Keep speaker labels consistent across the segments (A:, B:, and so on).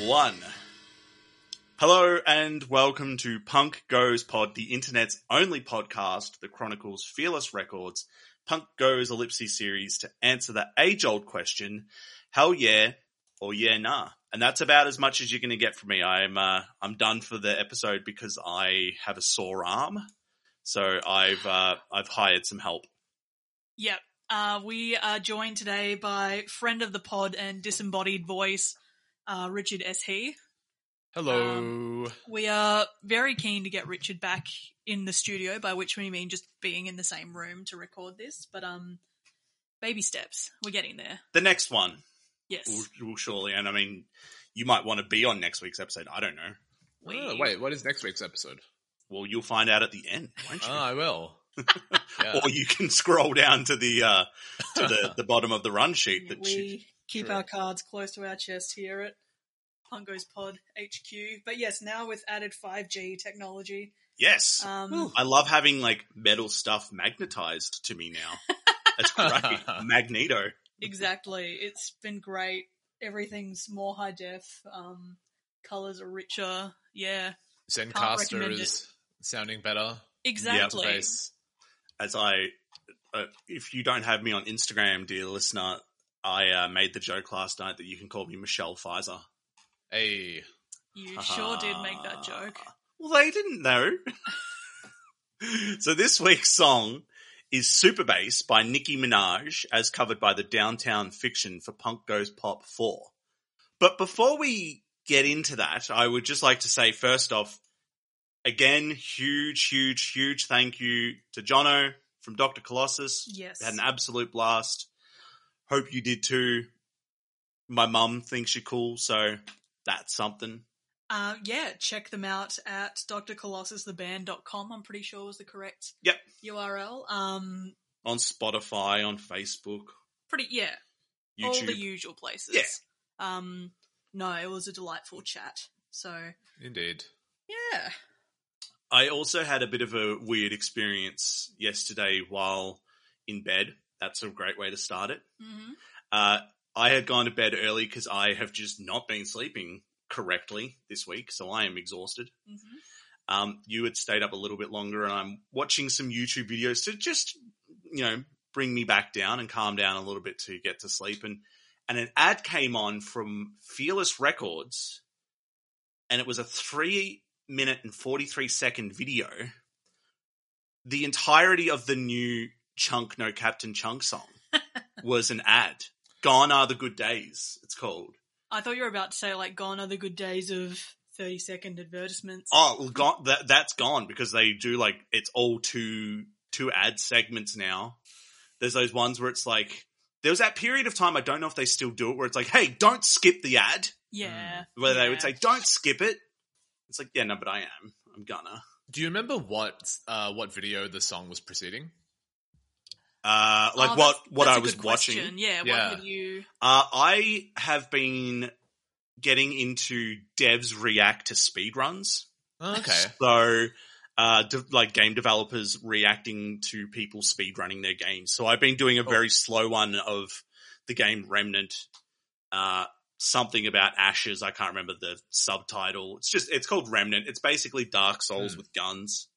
A: one. Hello and welcome to Punk Goes Pod, the internet's only podcast that chronicles Fearless Records, Punk Goes Ellipses series to answer the age old question, hell yeah or yeah nah. And that's about as much as you're going to get from me. I'm, uh, I'm done for the episode because I have a sore arm. So I've, uh, I've hired some help.
B: Yep. Uh, we are joined today by friend of the pod and disembodied voice, uh, Richard S. He.
C: Hello.
A: Um,
B: We are very keen to get Richard back in the studio, by which we mean just being in the same room to record this. But um, baby steps. We're getting there.
A: The next one
B: Yes.
A: will, will surely, and I mean, you might want to be on next week's episode. I don't know.
B: We-
C: Oh, wait, what is next week's episode?
A: Well, you'll find out at the end, won't you?
C: Ah, I will. yeah.
A: or you can scroll down to the uh, to the, the bottom of the run sheet that you,
B: We keep
C: True.
B: our cards close to our chest here at Pungo's Pod HQ. But yes, now with added 5G technology,
A: yes,
B: um,
A: I love having like metal stuff magnetized to me now. That's great, magneto.
B: exactly. It's been great. Everything's more high def. Um, colors are richer. Yeah,
C: Zencaster
B: recommend it.
C: is sounding better.
B: exactly.
C: Interface.
A: As I, uh, if you don't have me on Instagram, dear listener, I uh, made the joke last night that you can call me Michelle Pfizer.
C: Hey.
B: You sure did make that joke.
A: Well, they didn't know. so this week's song is Super Bass by Nicki Minaj, as covered by the Downtown Fiction for Punk Goes Pop 4. But before we get into that, I would just like to say first off, again, huge, huge, huge thank you to Jono from Dr. Colossus.
B: Yes.
A: Had an absolute blast. Hope you did too. My mum thinks you're cool, so that's something.
B: Uh, yeah, check them out at drcolossustheband.com, I'm pretty sure was the correct
A: Yep.
B: URL. Um,
A: on Spotify, on Facebook,
B: pretty, yeah,
A: YouTube.
B: all the usual places.
A: Yeah.
B: Um, no, it was a delightful chat. So,
C: Indeed.
B: yeah.
A: I also had a bit of a weird experience yesterday while in bed. That's a great way to start it.
B: hmm
A: Uh, I had gone to bed early because I have just not been sleeping correctly this week, so I am exhausted.
B: hmm
A: Um, you had stayed up a little bit longer, and I'm watching some YouTube videos to just, you know, bring me back down and calm down a little bit to get to sleep. And and an ad came on from Fearless Records, and it was a three minute and forty three second video. The entirety of the new Chunk No Captain Chunk song was an ad. Gone are the good days. It's called.
B: I thought you were about to say, like, gone are the good days of 30 second advertisements.
A: Oh, well, gone, that that's gone because they do like it's all two two ad segments now. There's those ones where it's like there was that period of time I don't know if they still do it where it's like, hey, don't skip the ad.
C: Mm.
B: yeah.
A: Where they would
B: yeah.
A: say, don't skip it. It's like, yeah, no, but I am. I'm gonna.
C: Do you remember what uh, what video the song was preceding?
A: Uh, like
B: Oh,
A: what
B: that's-
A: what
B: that's
A: I
B: a
A: was
B: good
A: watching.
B: question. Yeah,
C: Yeah.
B: what did you.
A: Uh, I have been getting into devs react to speedruns.
C: Oh, okay.
A: So, uh, de- like game developers reacting to people speedrunning their games. So I've been doing a
C: Cool.
A: very slow one of the game Remnant, uh, something about ashes. I can't remember the subtitle. It's just, it's called Remnant. It's basically Dark Souls
C: Hmm.
A: with guns.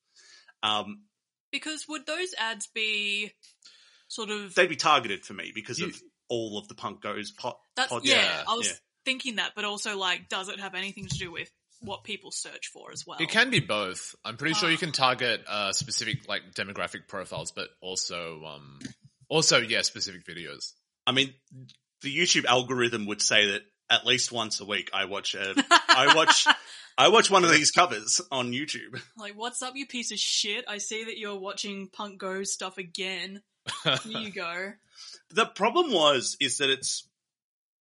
A: Um,
B: Because would those ads be sort of.
A: they'd be targeted for me because
C: You-
A: of all of the punk goes pot.
B: That's
A: pod-
B: yeah,
C: yeah,
B: I was
A: yeah.
B: thinking that, but also like, does it have anything to do with what people search for as well?
C: It can be both. I'm pretty sure
B: Oh.
C: you can target uh, specific like demographic profiles, but also um, also yeah, specific videos.
A: I mean, the YouTube algorithm would say that at least once a week I watch a, I watch, I watch one of these covers on YouTube.
B: like, what's up, you piece of shit? I see that you're watching Punk Go stuff again. Here you go.
A: the problem was is that it's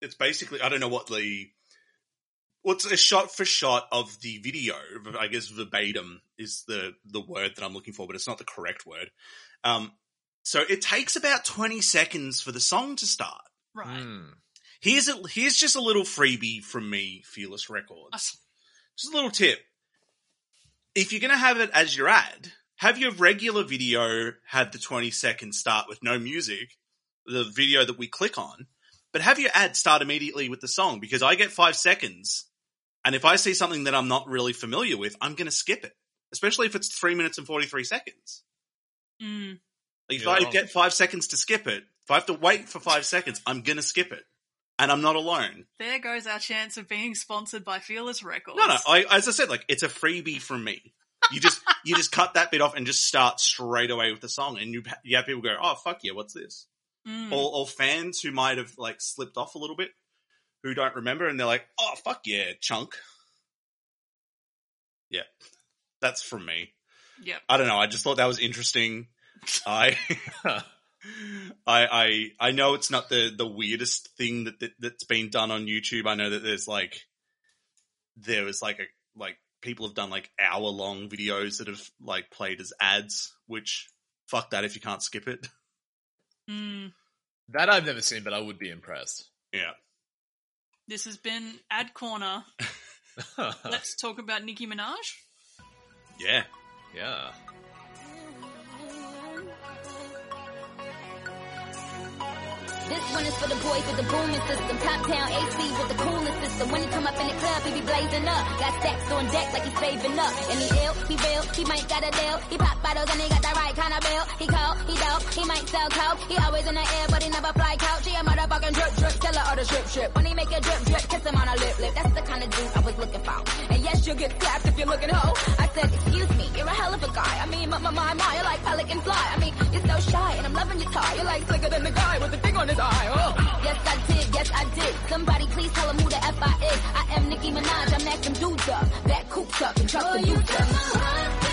A: it's basically I don't know what the what's a shot for shot of the video. I guess verbatim is the the word that I'm looking for, but it's not the correct word. Um, so it takes about 20 seconds for the song to start.
B: Right.
C: Hmm.
A: Here's a, here's just a little freebie from me, Fearless Records. Just a little tip. If you're going to have it as your ad, have your regular video have the 20 second start with no music, the video that we click on, but have your ad start immediately with the song because I get five seconds And if I see something that I'm not really familiar with, I'm going to skip it, especially if it's three minutes and 43 seconds.
B: Mm.
A: Like if
C: You're
A: I
C: wrong.
A: get five seconds to skip it, if I have to wait for five seconds, I'm going to skip it. And I'm not alone.
B: There goes our chance of being sponsored by Fearless Records.
A: No, no. I, as I said, like it's a freebie from me. You just you just cut that bit off and just start straight away with the song, and you you have people go, "Oh fuck yeah, what's this?"
B: Mm.
A: Or, or fans who might have like slipped off a little bit, who don't remember, and they're like, "Oh fuck yeah, chunk." Yeah, that's from me.
B: Yep.
A: I don't know. I just thought that was interesting. I, I, I, I know it's not the the weirdest thing that, that that's been done on YouTube. I know that there's like, there was like a like people have done like hour long videos that have like played as ads. Which fuck that if you can't skip it.
B: Mm.
C: That I've never seen, but I would be impressed.
A: Yeah,
B: This has been Ad Corner. Let's talk about Nicki Minaj.
A: yeah.
C: yeah.
D: This one is for the boys with the booming system. Top town AC with the coolest system. When he come up in the club, he be blazing up. Got stacks on deck like he's saving up. And he ill, he real, he might got a deal. He pop bottles and he got the right kind of bill. He cold, he dope, he might sell coke. He always in the air, but he never fly couch. He a motherfucking drip drip, killer or the drip drip. When he make a drip drip, kiss him on a lip lip. That's the kind of dude I was looking for. And yes, you'll get slapped if you're looking hoe. I said, excuse me, you're a hell of a guy. I mean, my, my, my, my, you're like pelican fly. I mean, you're so shy and I'm loving your tie. You're like slicker than the guy with the thing on his eye. Oh. Yes, I did. Yes, I did. Somebody please tell him who the F I is. I am Nicki Minaj. I'm acting dudes up. That cooped up and trust the you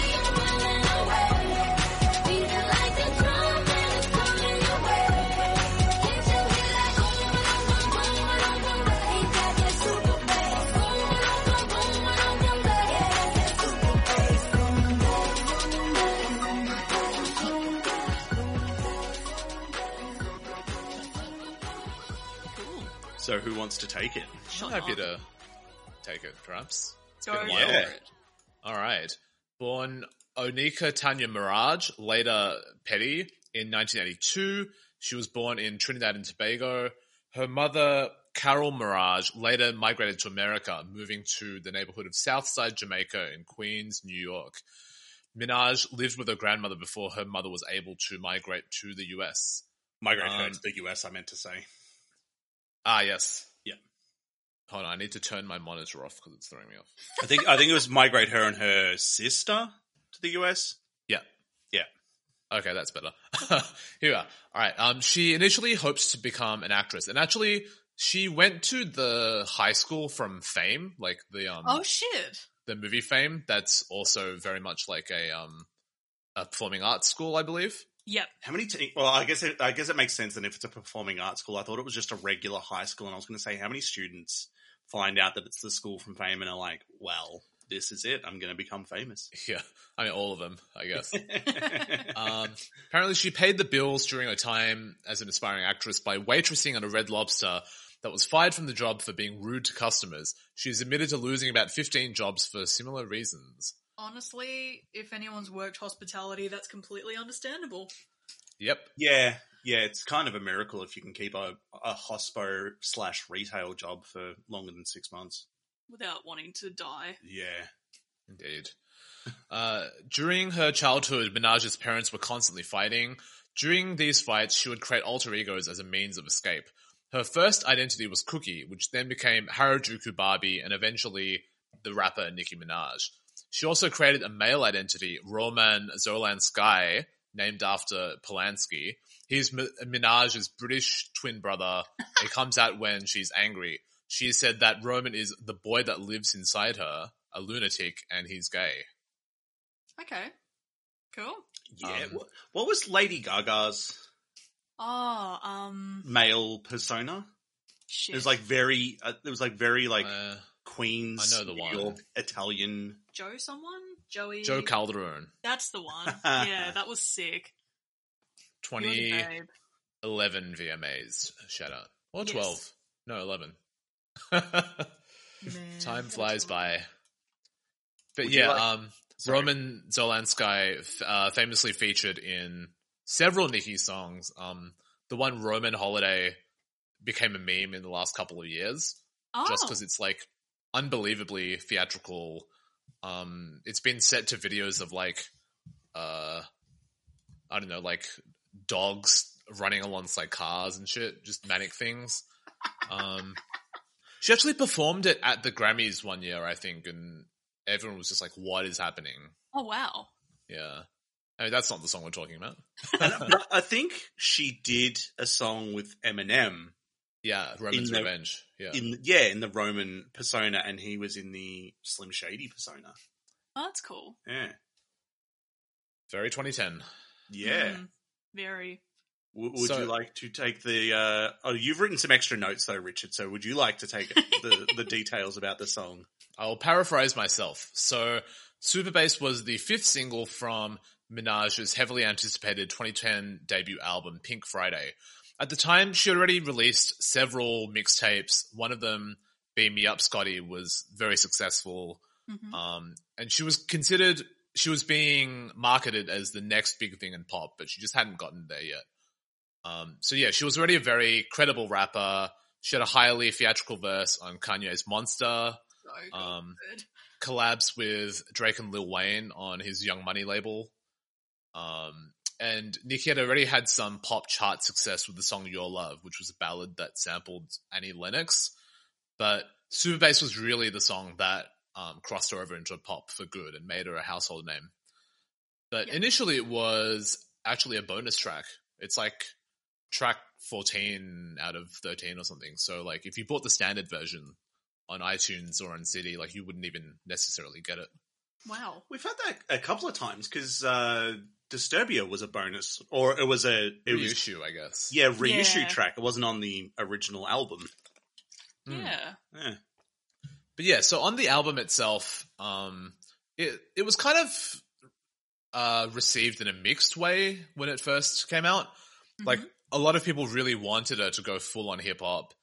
A: So who wants to take it?
B: Shut
C: I'm
B: up.
C: happy to take it, perhaps.
B: Go
C: been a
B: for
A: while.
B: it.
C: All right. Born Onika Tanya Mirage, later Petty, in 1982. She was born in Trinidad and Tobago. Her mother, Carol Mirage, later migrated to America, moving to the neighborhood of Southside Jamaica in Queens, New York. Minaj lived with her grandmother before her mother was able to migrate to the US.
A: Migrate
C: Um,
A: um, to the US. I meant to say.
C: Ah, yes.
A: Yeah.
C: Hold on, I need to turn my monitor off because it's throwing me off.
A: I think I think it was migrate her and her sister to the US.
C: Okay, that's better. Here we are. All right. Um, she initially hopes to become an actress, and actually, she went to the high school from Fame, like the um,
B: Oh shit.
C: the movie Fame. That's also very much like a um, a performing arts school, I believe.
B: Yep.
A: How many? Te- well, I guess it, I guess it makes sense. Then if it's a performing arts school, I thought it was just a regular high school, and I was going to say how many students find out that it's the school from fame and are like, "Well, this is it. I'm going to become famous."
C: Yeah, I mean, all of them, I guess.
A: yeah,
C: um, apparently, she paid the bills during her time as an aspiring actress by waitressing at a Red Lobster that was fired from the job for being rude to customers. She's admitted to losing about fifteen jobs for similar reasons.
B: Honestly, if anyone's worked hospitality, that's completely understandable.
C: Yep.
A: yeah. It's kind of a miracle if you can keep a, a hospo slash retail job for longer than six months.
B: Without wanting to die.
A: Yeah.
C: Indeed. Uh, during her childhood, Minaj's parents were constantly fighting. During these fights, she would create alter egos as a means of escape. Her first identity was Cookie, which then became Harajuku Barbie and eventually the rapper Nicki Minaj. She also created a male identity, Roman Zolansky, named after Polanski. He's Mi- Minaj's British twin brother. It comes out when she's angry. She said that Roman is the boy that lives inside her, a lunatic, and he's gay.
B: Okay. Cool.
A: Yeah.
C: Um,
A: what, what was Lady Gaga's
B: Oh, um
A: male persona?
B: shit.
A: It was like very. Uh, it was like very like
C: Uh,
A: Queens.
C: I know the
A: New
C: one.
A: York, Italian.
B: Joe someone? Joey
C: Joe Calderon,
B: That's the one. yeah, that was sick. You're the
C: 2011
B: babe.
C: VMAs. Shout out. Or
B: Yes.
C: 12. No, 11.
B: Man,
C: Time
B: that
C: flies
B: was-
C: by. But
A: Would you
C: yeah,
A: like-
C: um,
A: Sorry.
C: Roman Zolansky f- uh, famously featured in several Nicki songs. Um, the one Roman Holiday became a meme in the last couple of years.
B: Oh,
C: just because it's like unbelievably theatrical. Um, it's been set to videos of like, uh, I don't know, like dogs running alongside cars and shit, just manic things. Um, she actually performed it at the Grammys one year, I think, and everyone was just like, "What is happening?"
B: Oh wow.
C: Yeah, I mean, that's not the song we're talking about.
A: And I- I think she did a song with Eminem
C: Yeah, Roman's
A: the-
C: Revenge. Yeah,
A: in yeah in the Roman persona, and he was in the Slim Shady persona.
B: Oh, that's cool.
A: Yeah,
C: very 2010.
A: yeah.
B: Mm, very.
A: W- would
C: So-
A: you like to take the? Uh, oh, you've written some extra notes though, Richard. So would you like to take the, the details about the song?
C: I'll paraphrase myself. So, Super Bass was the fifth single from Minaj's heavily anticipated 2010 debut album, Pink Friday. At the time, she already released several mixtapes. One of them, Beam Me Up Scotty, was very successful.
B: Mhm.
C: Um, and she was considered, she was being marketed as the next big thing in pop, but she just hadn't gotten there yet. Um, so yeah, she was already a very credible rapper. She had a highly theatrical verse on Kanye's Monster
B: So
C: um,
B: good.
C: collabs with Drake and Lil Wayne on his Young Money label. Um, and Nicki had already had some pop chart success with the song Your Love, which was a ballad that sampled Annie Lennox. But Super Bass was really the song that um, crossed her over into pop for good and made her a household name. But
B: Yeah.
C: initially, it was actually a bonus track. It's like track 14 out of 13 or something. So, like, if you bought the standard version, on iTunes or on CD, like you wouldn't even necessarily get it.
B: Wow.
A: We've had that a couple of times because uh, Disturbia was a bonus, or it was a it was
C: Reissue, I guess.
A: yeah reissue
B: Yeah.
A: track. It wasn't on the original album.
C: Mm.
B: Yeah.
A: Yeah.
C: But yeah, so on the album itself, um, it it was kind of uh, received in a mixed way when it first came out. Like a lot of people really wanted her to go full on hip hop,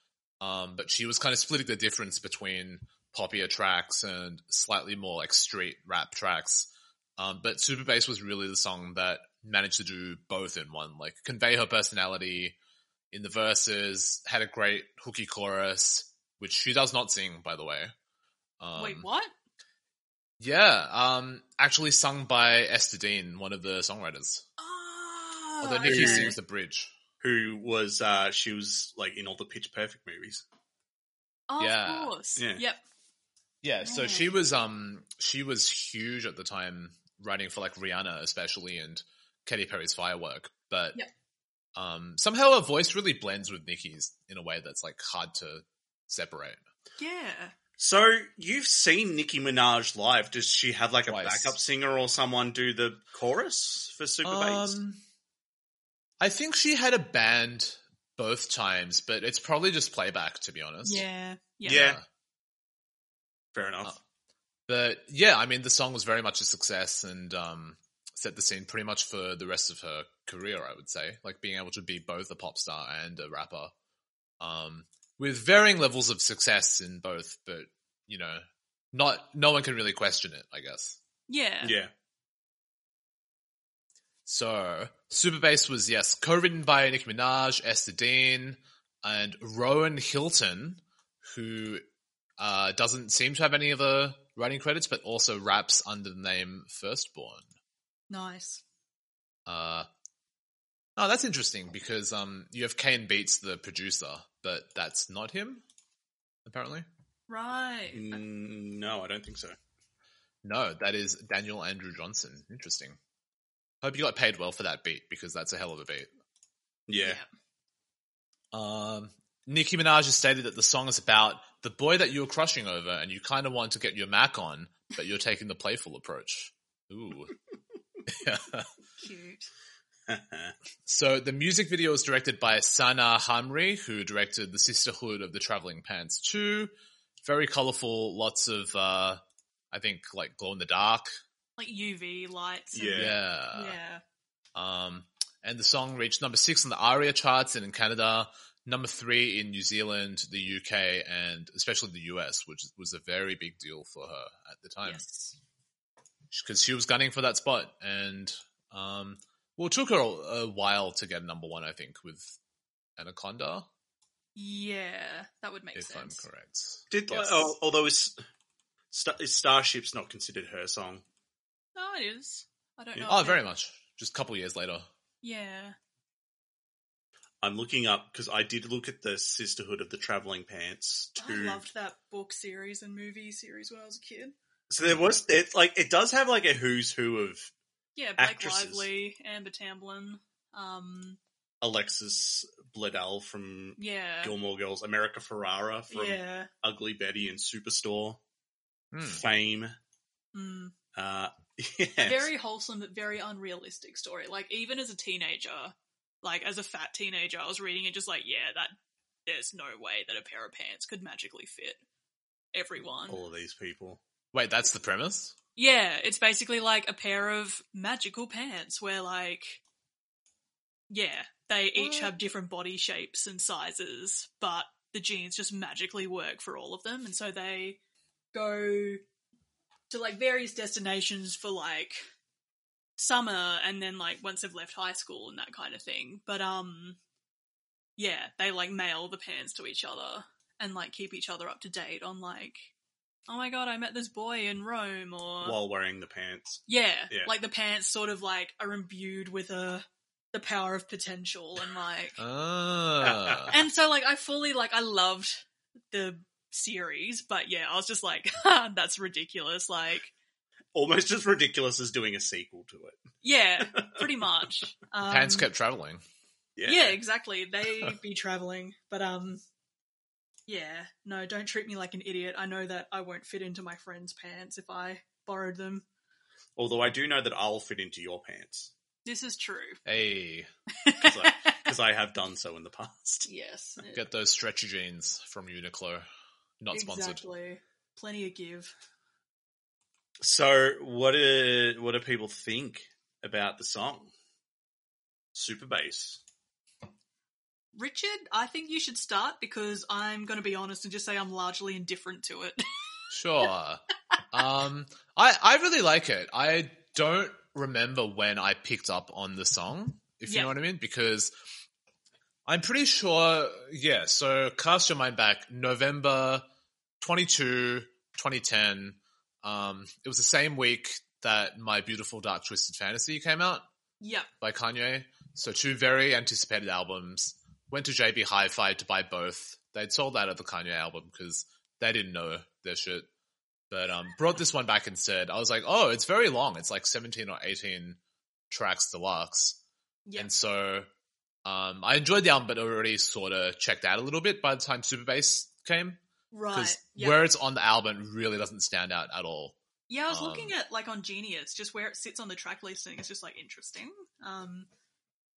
C: um, but she was kind of splitting the difference between poppier tracks and slightly more like street rap tracks. Um, but Super Bass was really the song that managed to do both in one, like convey her personality in the verses, had a great hooky chorus, which she does not sing, by the way. Um,
B: Wait, what?
C: Yeah, um, actually sung by Esther Dean, one of the songwriters.
B: Oh,
C: Although Nikki
B: okay.
C: sings the bridge.
A: Who was uh, she was like in all the Pitch Perfect movies.
B: Oh,
C: Yeah.
B: Of course.
A: Yeah.
B: Yep.
C: Yeah, so
B: Yeah.
C: she was um she was huge at the time, writing for like Rihanna especially and Katy Perry's Firework. But
B: Yep.
C: um somehow her voice really blends with Nikki's in a way that's like hard to separate.
B: Yeah.
A: So you've seen Nicki Minaj live. Does she have like a
C: Twice.
A: backup singer or someone do the chorus for Super Bass?
C: Um, I think she had a band both times, but it's probably just playback to be honest.
B: Yeah. Yeah.
A: Yeah. Fair enough.
C: But yeah, I mean, the song was very much a success and um, set the scene pretty much for the rest of her career, I would say. Like being able to be both a pop star and a rapper um, with varying levels of success in both, but you know, not no one can really question it, I guess.
B: Oh, Yeah.
A: yeah.
C: So, Super Bass was, yes, co written by Nicki Minaj, Esther Dean, and Rowan Hilton, who uh, doesn't seem to have any other writing credits, but also raps under the name Firstborn.
B: Nice.
C: Uh, oh, that's interesting because um, you have Kane Beats, the producer, but that's not him, apparently.
B: Right.
A: Mm, no, I don't think so.
C: No, that is Daniel Andrew Johnson. Interesting. Hope you got paid well for that beat because that's a hell of a beat.
A: Yeah.
C: Um, Nicki Minaj has stated that the song is about the boy that you were crushing over and you kind of want to get your Mac on, but you're taking the playful approach. Ooh.
B: Cute.
C: So the music video was directed by Sana Hamri, who directed The Sisterhood of the Traveling Pants 2. Very colorful, lots of, uh, I think, like glow in the dark.
B: Like UV lights. and-
A: Yeah.
C: Yeah.
B: Yeah.
C: Um, and the song reached number six on the ARIA charts and in Canada, number three in New Zealand, the UK, and especially the US, which was a very big deal for her at the time
B: Yes.
C: because she was gunning for that spot. And, um, well, it took her a, a while to get number one, I think, with Anaconda.
B: Yeah, that would make
C: if I'm
B: sense.
C: correct.
A: Did
C: Yes.
A: oh, although is, Star, is Starship's not considered her song?
B: No, it is. I don't
A: Yeah.
B: know.
C: Oh,
B: if
C: very
B: it-
C: much. Just a couple years later.
B: Yeah.
A: I'm looking up because I did look at the Sisterhood of the Traveling Pants
B: I
A: too.
B: loved that book series and movie series when I was a kid.
A: So there was it like it does have like a who's who of
B: Yeah, Blake
A: Actresses.
B: Lively, Amber Tamblyn. Um,
A: Alexis Bledel from
B: yeah.
A: Gilmore Girls, America Ferrara from
B: Yeah.
A: Ugly Betty and Superstore,
C: Hmm.
A: Fame.
B: Mm.
A: Uh, yes.
B: very wholesome but very unrealistic story. Like even as a teenager, like as a fat teenager, I was reading it just like, yeah, that there's no way that a pair of pants could magically fit everyone.
A: all of these people.
C: Wait, that's the premise?
B: Yeah, it's basically like a pair of magical pants where like yeah, they each have different body shapes and sizes, but the genes just magically work for all of them and so they go to like various destinations for like summer and then like once they've left high school and that kind of thing. But um yeah, they like mail the pants to each other and like keep each other up to date on like oh my god, I met this boy in Rome or
A: while wearing the pants.
B: yeah,
A: Yeah.
B: like the pants sort of like are imbued with a the power of potential and like
C: Uh. Ah.
B: and so like I fully like I loved the series, but yeah, I was just like "Ha, that's ridiculous. Like
A: Almost as ridiculous as doing a sequel to it.
B: yeah, pretty much. Um,
C: Pants kept traveling.
A: Yeah.
B: yeah, exactly. They be traveling, but um, yeah, no, don't treat me like an idiot. I know that I won't fit into my friend's pants if I borrowed them.
A: Although I do know that I'll fit into your pants
B: This is true.
C: Hey,
A: because I have done so in the past.
B: yes, e,
C: get those stretchy jeans from Uniqlo. Not sponsored.
B: Exactly. Plenty of give.
A: So what do what do people think about the song? Super bass.
B: Richard, I think you should start because I'm going to be honest and just say I'm largely indifferent to it.
C: Sure. um, I I really like it. I don't remember when I picked up on the song, if you
B: Yeah.
C: know what I mean, because I'm pretty sure. Yeah. So cast your mind back, November 22, 2010. Um, it was the same week that My Beautiful Dark Twisted Fantasy came out
B: yep.
C: by Kanye. So two very anticipated albums. Went to JB Hi-Fi to buy both. They'd sold out of the Kanye album because they didn't know their shit. But um, brought this one back instead. I was like, oh, it's very long. It's like 17 or 18 tracks deluxe.
B: Yep.
C: And so um, I enjoyed the album, but already sort of checked out a little bit by the time Super Bass came.
B: right.
C: Because
B: Yep.
C: where it's on the album really doesn't stand out at all.
B: yeah, I was
C: um,
B: looking at like on Genius, just where it sits on the track listing. It's just like interesting. Um,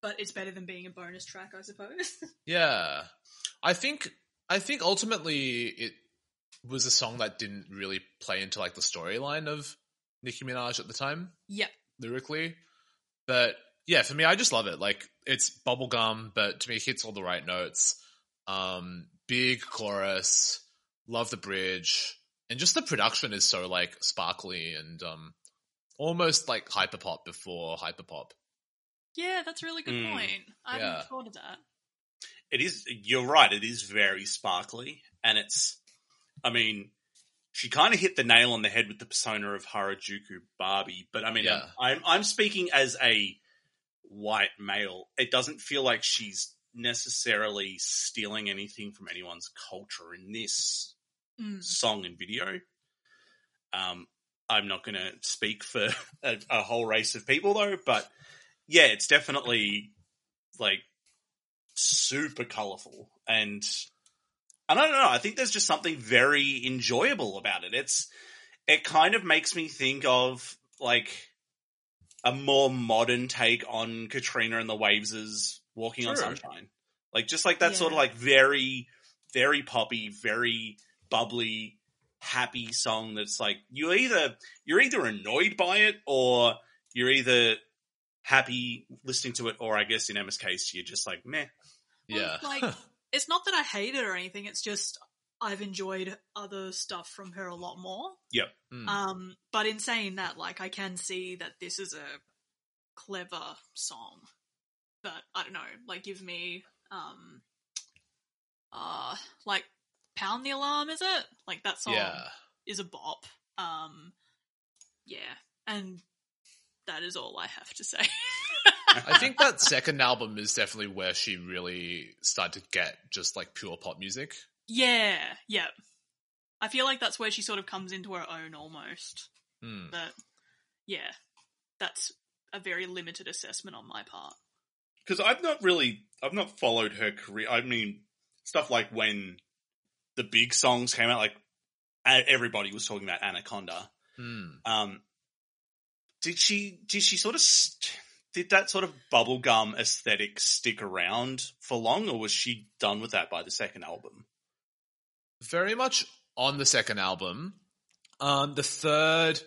B: but it's better than being a bonus track, I suppose.
C: Yeah. I think I think ultimately it was a song that didn't really play into like the storyline of Nicki Minaj at the time,
B: yep.
C: lyrically. But yeah, for me I just love it. Like it's bubblegum, but to me it hits all the right notes. Um big chorus, love the bridge, and just the production is so like sparkly and um almost like hyperpop before hyperpop.
B: Yeah, that's a really good
A: Mm,
B: point. I
C: Hmm. yeah.
B: hadn't thought of that.
A: It is. You're right. It is very sparkly, and it's. I mean, she kind of hit the nail on the head with the persona of Harajuku Barbie, but I mean,
C: Yeah.
A: I'm I'm speaking as a white male. It doesn't feel like she's necessarily stealing anything from anyone's culture in this
B: Mm.
A: song and video. Um, I'm not going to speak for a, a whole race of people though, but yeah, it's definitely like super colorful and and I don't know. I think there's just something very enjoyable about it. It's it kind of makes me think of like a more modern take on Katrina and the Waves' "Walking on
C: True.
A: Sunshine," like just like that sort of
B: Yeah.
A: like very, very poppy, very bubbly, happy song. That's like you either you're either annoyed by it or you're either happy listening to it, or I guess in Emma's case, you're just like meh.
B: Well,
C: yeah.
B: like it's not that I hate it or anything. It's just I've enjoyed other stuff from her a lot more.
C: Mm.
B: Um, but in saying that, like, I can see that this is a clever song, but I don't know. Like, give me, um, uh, like Pound the Alarm, is it? Like that song
C: Yeah.
B: is a bop. Um, yeah, and that is all I have to say.
C: I think that second album is definitely where she really started to get just like pure pop music.
B: yeah, yeah. I feel like that's where she sort of comes into her own almost.
C: Hmm.
B: But yeah, that's a very limited assessment on my part.
A: because I've not really, I've not followed her career. I mean, stuff like when the big songs came out, like e- everybody was talking about Anaconda.
C: Hmm.
A: Um, did she? Did she sort of? St- did that sort of bubblegum aesthetic stick around for long, or was she done with that by the second album?
C: very much on the second album. Um, the third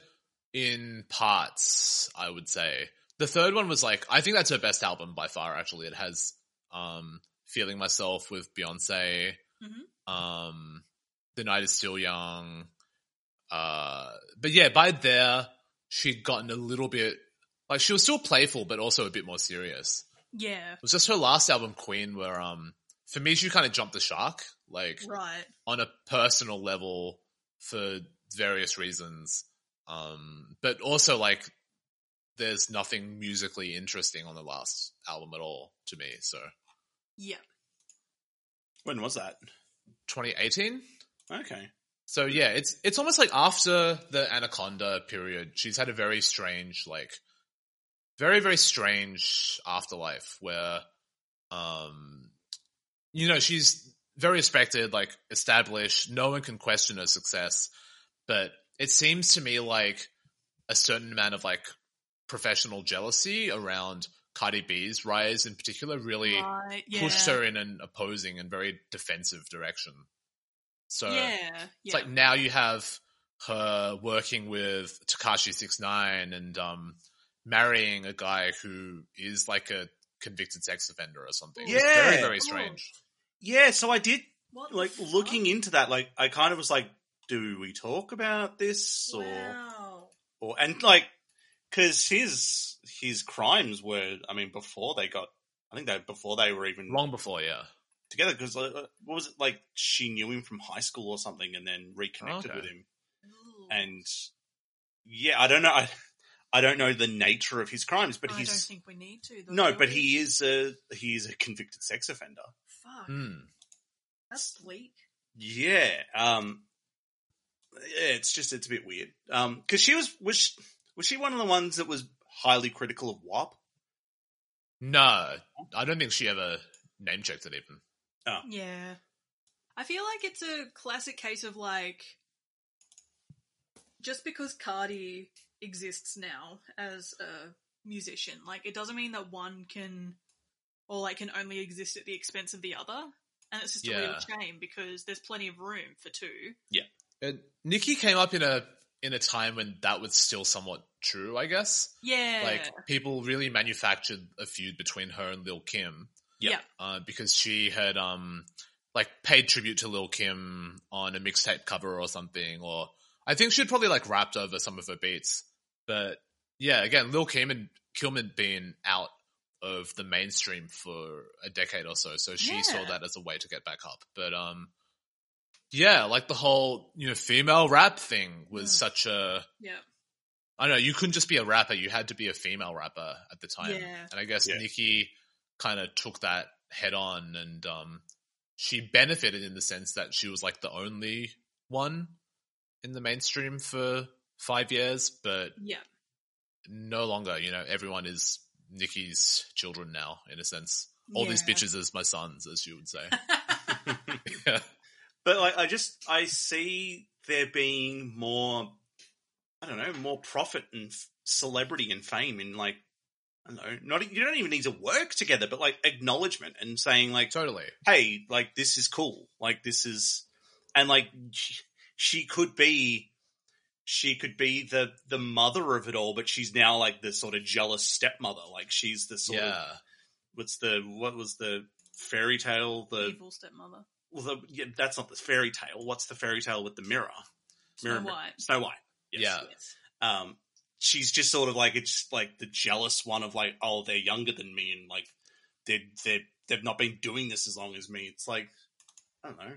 C: in parts, I would say. The third one was like I think that's her best album by far. Actually, it has um, "Feeling Myself" with Beyonce, um, "The Night Is Still Young," uh, but yeah, by there she'd gotten a little bit like she was still playful, but also a bit more serious.
B: Yeah,
C: It was just her last album, Queen, where um, for me she kind of jumped the shark. Like
B: right.
C: on a personal level for various reasons. Um, but also like there's nothing musically interesting on the last album at all to me. So
B: Yeah.
A: When was that?
C: 2018.
A: Okay,
C: So yeah, it's it's almost like after the Anaconda period, she's had a very strange like very very strange afterlife where um you know, she's very respected, like established, no one can question her success, but it seems to me like a certain amount of like professional jealousy around Cardi B's rise in particular really
B: Right. Yeah.
C: pushed her in an opposing and very defensive direction. So
B: yeah. Yeah.
C: it's like now you have her working with Takashi Six Nine and um, marrying a guy who is like a convicted sex offender or something. It's
A: Yeah.
C: very very strange.
A: yeah. So I did
B: What the
A: like
B: fuck?
A: looking into that. Like I kind of was like, do we talk about this or?
B: Wow.
A: or and like because his his crimes were i mean before they got i think they before they were even
C: Long before, yeah,
A: together because uh, what was it like she knew him from high school or something and then reconnected
C: Okay.
A: with him
B: Ooh.
A: and yeah i don't know i, I don't know the nature of his crimes but
B: Oh, I don't
A: he's
B: think we need to. though,
A: no
B: do
A: but
B: we?
A: he is a he is a convicted sex offender
B: Fuck.
C: Hmm.
B: That's bleak.
A: yeah um yeah, it's just it's a bit weird um because she was was she, was she one of the ones that was highly critical of wap
C: no, I don't think she ever name checked it even.
B: Yeah. I feel like it's a classic case of like just because Cardi exists now as a musician, like it doesn't mean that one can or like can only exist at the expense of the other. And it's just a real
C: Yeah.
B: shame because there's plenty of room for two.
C: And Uh, Nikki came up in a in a time when that was still somewhat true, I guess.
B: Yeah.
C: Like people really manufactured a feud between her and Lil Kim.
A: Yep.
B: Yeah.
C: Uh, because she had um like paid tribute to Lil Kim on a mixtape cover or something, or I think she'd probably like rapped over some of her beats. But yeah, again, Lil Kim and Kim had been out of the mainstream for a decade or so, so she saw
B: Yeah.
C: that as a way to get back up. But um yeah, like the whole, you know, female rap thing was
B: Mm.
C: such a
B: yeah.
C: I don't know you couldn't just be a rapper; you had to be a female rapper at the time.
B: Yeah.
C: And I guess
A: Yeah.
C: Nikki kind of took that head on, and um, she benefited in the sense that she was like the only one in the mainstream for five years, but
B: Yeah.
C: no longer. You know, everyone is Nikki's children now, in a sense. All these
B: Yeah.
C: bitches is my sons, as you would say. yeah.
A: But like, I just I see there being more, I don't know, more profit and f- celebrity and fame in like, I don't know, not e, you don't even need to work together, but like acknowledgement and saying like,
C: totally.
A: hey, like this is cool, like this is, and like she- she could be, she could be the the mother of it all, but she's now like the sort of jealous stepmother, like she's the sort
C: Yeah,
A: of what's the what was the fairy tale the
B: Evil stepmother.
A: well, the, yeah, that's not the fairy tale. What's the fairy tale with the mirror?
B: Snow
A: Mirror-
B: White.
A: Snow White. Yes.
C: Uh,
B: Yes.
A: Um, she's just sort of like it's like the jealous one of like, oh, they're younger than me, and like they they they've not been doing this as long as me. It's like, I don't know,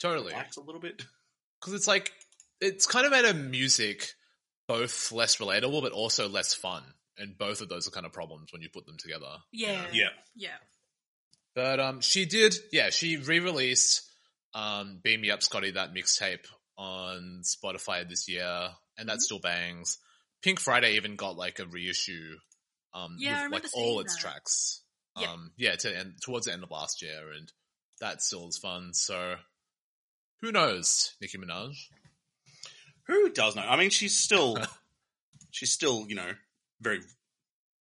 C: Totally.
A: relax a little bit.
C: Because it's like, it's kind of made a music both less relatable but also less fun. And both of those are kind of problems when you put them together.
B: Yeah.
A: Yeah.
B: Yeah.
C: But um, she did, yeah, she re-released um, "Beam Me Up, Scotty" that mixtape on Spotify this year, and
B: Mm-hmm.
C: that still bangs. Pink Friday even got like a reissue, um,
B: Yeah, I
C: with
B: remember
C: like all
B: seeing
C: its
B: that.
C: tracks.
B: Yeah.
C: Um, yeah, to end, towards the end of last year, and that still is fun. So, who knows, Nicki Minaj?
A: Who does know? I mean, she's still, she's still, you know, very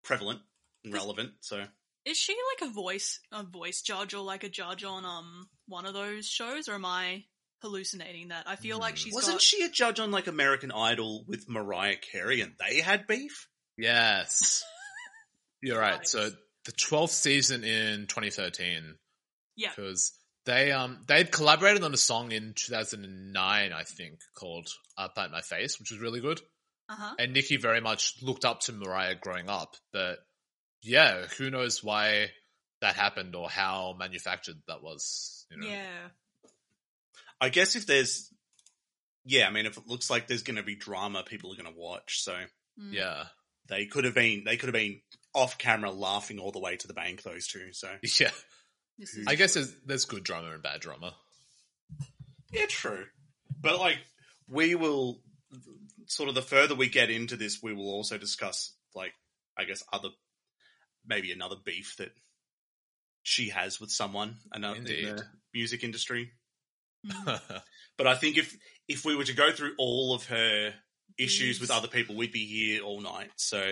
A: prevalent and relevant. So
B: Is she like a voice a voice judge or like a judge on um one of those shows or am I hallucinating that? I feel like
C: Hmm.
B: she's
A: wasn't
B: got
A: she a judge on like American Idol with Mariah Carey, and they had beef?
C: Yes, you're right. So
B: Nice.
C: the twelfth season in 2013.
B: Yeah.
C: because they um they had collaborated on a song in 2009 i think called up at my face which was really good
B: Uh-huh.
C: and nikki very much looked up to mariah growing up but yeah who knows why that happened or how manufactured that was you know
B: Yeah.
A: I guess if there's, yeah, I mean, if it looks like there's going to be drama, people are going to watch. So
B: Mm.
C: yeah
A: they could have been, they could have been off camera laughing all the way to the bank. Those two. So
C: yeah
B: This is
C: i guess there's, there's good drama and bad drama
A: Yeah, true. But like we will sort of the further we get into this, we will also discuss like I guess other maybe another beef that she has with someone another in
C: Indeed.
A: the music industry.
B: Mm.
A: But I think if if we were to go through all of her issues with
B: Beefs.
A: other people, we'd be here all night. So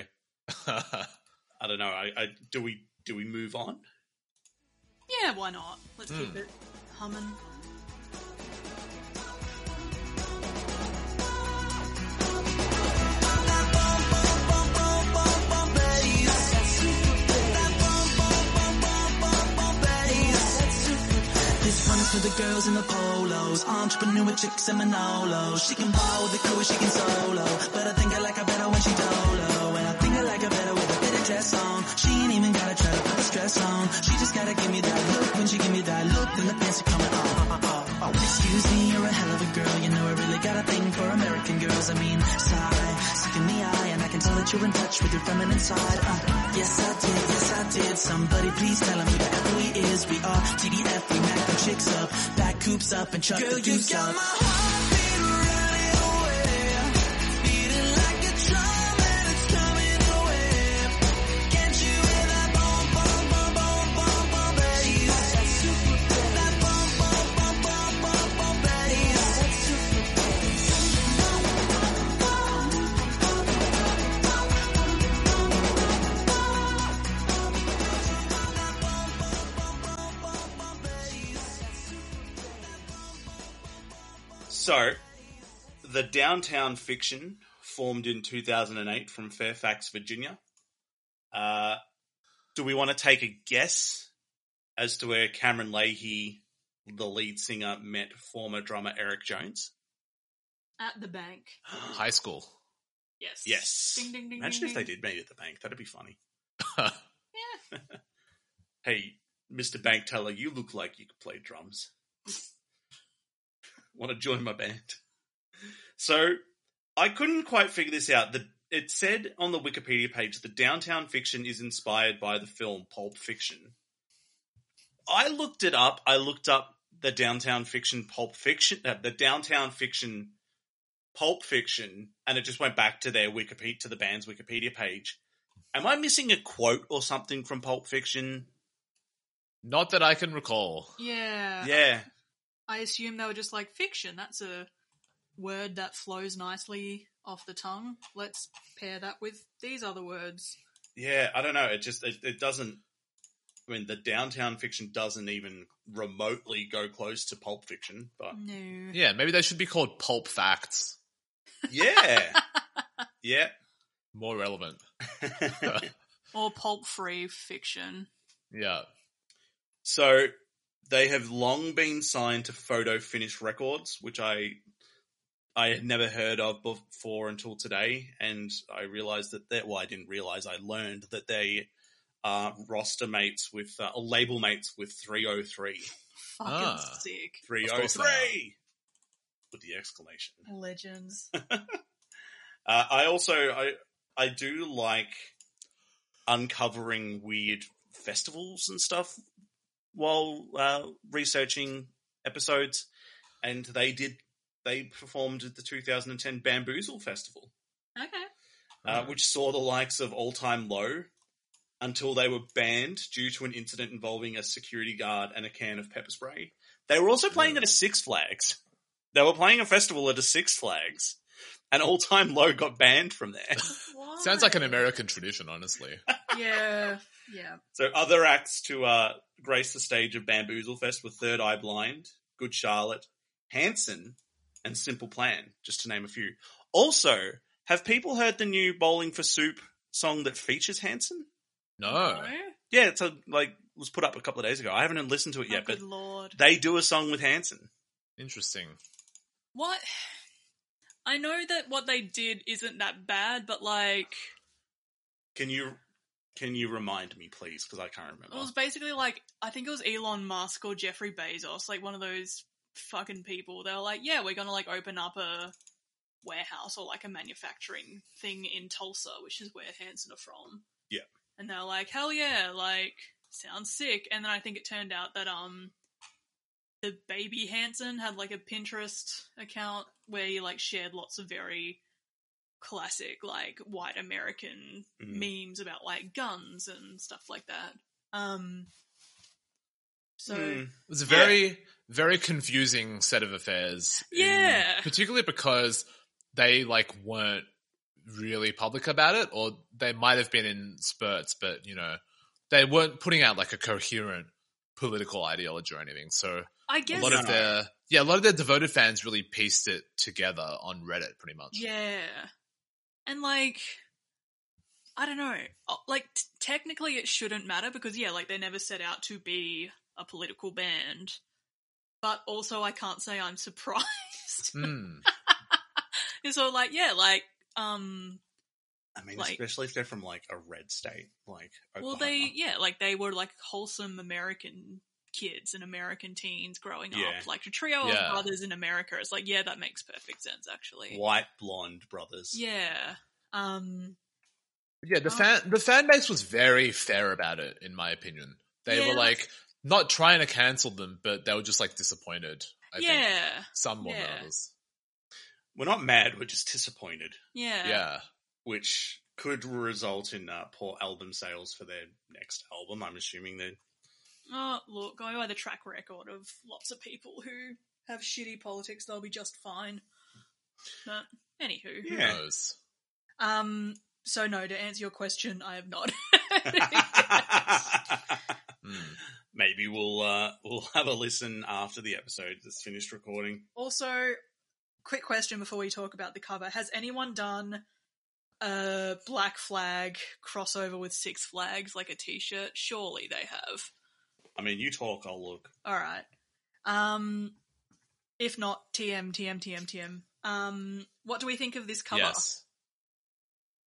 A: I don't know. I, I do we do we move on?
B: Yeah, why not? Let's keep
C: Hmm.
B: it humming.
E: This one's for the girls in the polos, entrepreneur chicks and Manolos. She can ball with the crew, she can solo, but I think I like her better when she dolo. And I think I like her better with a fitted dress on. She ain't even gotta try to put the stress on. She just gotta give me that look. When she give me that look, then the pants are coming off. Oh, oh, oh. Excuse me, you're a hell of a girl. You know I really got a thing for American girls. I mean, sigh, sick in the eye, and I can tell that you're in touch with your feminine side. Uh, yes, I did, yes, I did. Somebody please tell him who the F we is. We are TDF, we mac them chicks up, back coops up, and chuck the deuce up.
A: So, the Downtown Fiction, formed in 2008 from Fairfax, Virginia. Uh, do we want to take a guess as to where Cameron Leahy, the lead singer, met former drummer Eric Jones?
B: At the bank.
C: high school
B: Yes.
A: yes.
B: Ding ding ding.
A: Imagine
B: ding,
A: if they
B: ding.
A: did meet at the bank. That'd be funny.
B: Yeah.
A: Hey, Mr. Bank Teller, you look like you could play drums. Want to join my band? So I couldn't quite figure this out. The, it said on the Wikipedia page that downtown fiction is inspired by the film Pulp Fiction. I looked it up. I looked up the downtown fiction Pulp Fiction, uh, the downtown fiction Pulp Fiction, and it just went back to their Wikipedia, to the band's Wikipedia page. Am I missing a quote or something from Pulp Fiction?
C: not that i can recall
B: Yeah.
A: Yeah.
B: I assume they were just like fiction. That's a word that flows nicely off the tongue. Let's pair that with these other words.
A: Yeah, I don't know. It just it, it doesn't. I mean, the downtown fiction doesn't even remotely go close to pulp fiction, but
B: No.
C: yeah maybe they should be called pulp facts
A: yeah, yeah.
C: more relevant
B: Or pulp free fiction.
C: yeah
A: so they have long been signed to Photo Finish Records, which I I had never heard of before until today, and I realized that they. Well, I didn't realize. I learned that they uh, roster mates with uh, or label mates with 303.
B: Fucking
C: Ah.
B: sick.
A: 303 with the exclamation.
B: Legends.
A: Uh, I also I I do like uncovering weird festivals and stuff while uh, researching episodes, and they did they performed at the 2010 Bamboozle Festival,
B: Okay.
A: uh, which saw the likes of All Time Low until they were banned due to an incident involving a security guard and a can of pepper spray. They were also playing at a Six Flags. They were playing a festival at a Six Flags, and All Time Low got banned from there.
C: Sounds like an American tradition, honestly.
B: Yeah. Yeah.
A: So other acts to uh, grace the stage of Bamboozle Fest were Third Eye Blind, Good Charlotte, Hanson, and Simple Plan, just to name a few. Also, have people heard the new Bowling for Soup song that features Hanson?
C: No.
B: Oh,
A: Yeah, it's a, like was put up a couple of days ago. I haven't listened to it
B: yeah,
A: yet,
B: good
A: but
B: lord.
A: they do a song with Hanson.
C: Interesting.
B: What? I know that what they did isn't that bad, but like
A: Can you can you remind me, please? Because I can't
B: it
A: remember.
B: was basically like I think it was Elon Musk or Jeffrey Bezos, like one of those fucking people. They were like, "Yeah, we're gonna like open up a warehouse or like a manufacturing thing in Tulsa, which is where Hanson are from."
A: Yeah.
B: and they're like, "Hell yeah!" Like sounds sick. And then I think it turned out that um. The baby Hanson had like a Pinterest account where he like shared lots of very classic like white American
A: Mm.
B: memes about like guns and stuff like that. Um so
A: Mm.
C: It was a very, very confusing set of affairs. in-
B: Yeah.
C: particularly because they like weren't really public about it, or they might have been in spurts, but you know, they weren't putting out like a coherent political ideology or anything. So
B: I
C: a
B: guess
C: lot of
A: No.
C: their yeah, a lot of their devoted fans really pieced it together on Reddit, pretty much.
B: yeah. And like I don't know. uh, Like t- technically it shouldn't matter because yeah, like they never set out to be a political band. But also I can't say I'm surprised.
C: Hmm.
B: And so like yeah, like um
A: I mean,
B: Like-
A: especially if they're from like a red state, like
B: Well,
A: Oklahoma.
B: they yeah, like they were like wholesome American kids and American teens growing
A: Yeah.
B: up, like a trio
C: Yeah.
B: of brothers in America. It's like yeah, that makes perfect sense actually.
A: white blonde brothers.
B: Yeah. Um.
C: Yeah, the
B: Oh.
C: fan the fan base was very fair about it, in my opinion. They
B: Yeah.
C: were like not trying to cancel them, but they were just like disappointed. I think
B: yeah.
C: some more than
B: Yeah.
C: others.
A: We're not mad. We're just disappointed.
B: Yeah.
C: Yeah,
A: which could result in uh, poor album sales for their next album. I'm assuming that
B: Oh, look, going by the track record of lots of people who have shitty politics, they'll be just fine. But anywho,
C: who
A: Yeah.
C: knows?
B: um. So no, to answer your question, I have not.
C: Hmm.
A: maybe we'll uh, we'll have a listen after the episode that's finished recording.
B: Also, quick question before we talk about the cover: Has anyone done a Black Flag crossover with Six Flags, like a T-shirt? Surely they have.
A: I mean, you talk, I'll look.
B: All right. Um, if not, TM, TM, TM, TM. Um, what do we think of this cover?
C: Yes,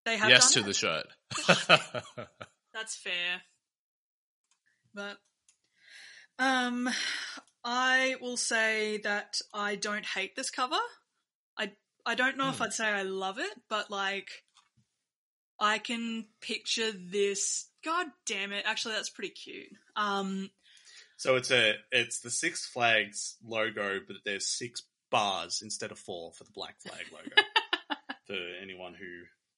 B: They have
C: yes to
B: done
C: the
B: it?
C: shirt.
B: That's fair. But um I will say that I don't hate this cover. I I don't know if
C: Hmm.
B: I'd say I love it, but like I can picture this God damn it. Actually that's pretty cute. Um
A: So it's a it's the Six Flags logo, but there's six bars instead of four for the Black Flag logo. for anyone who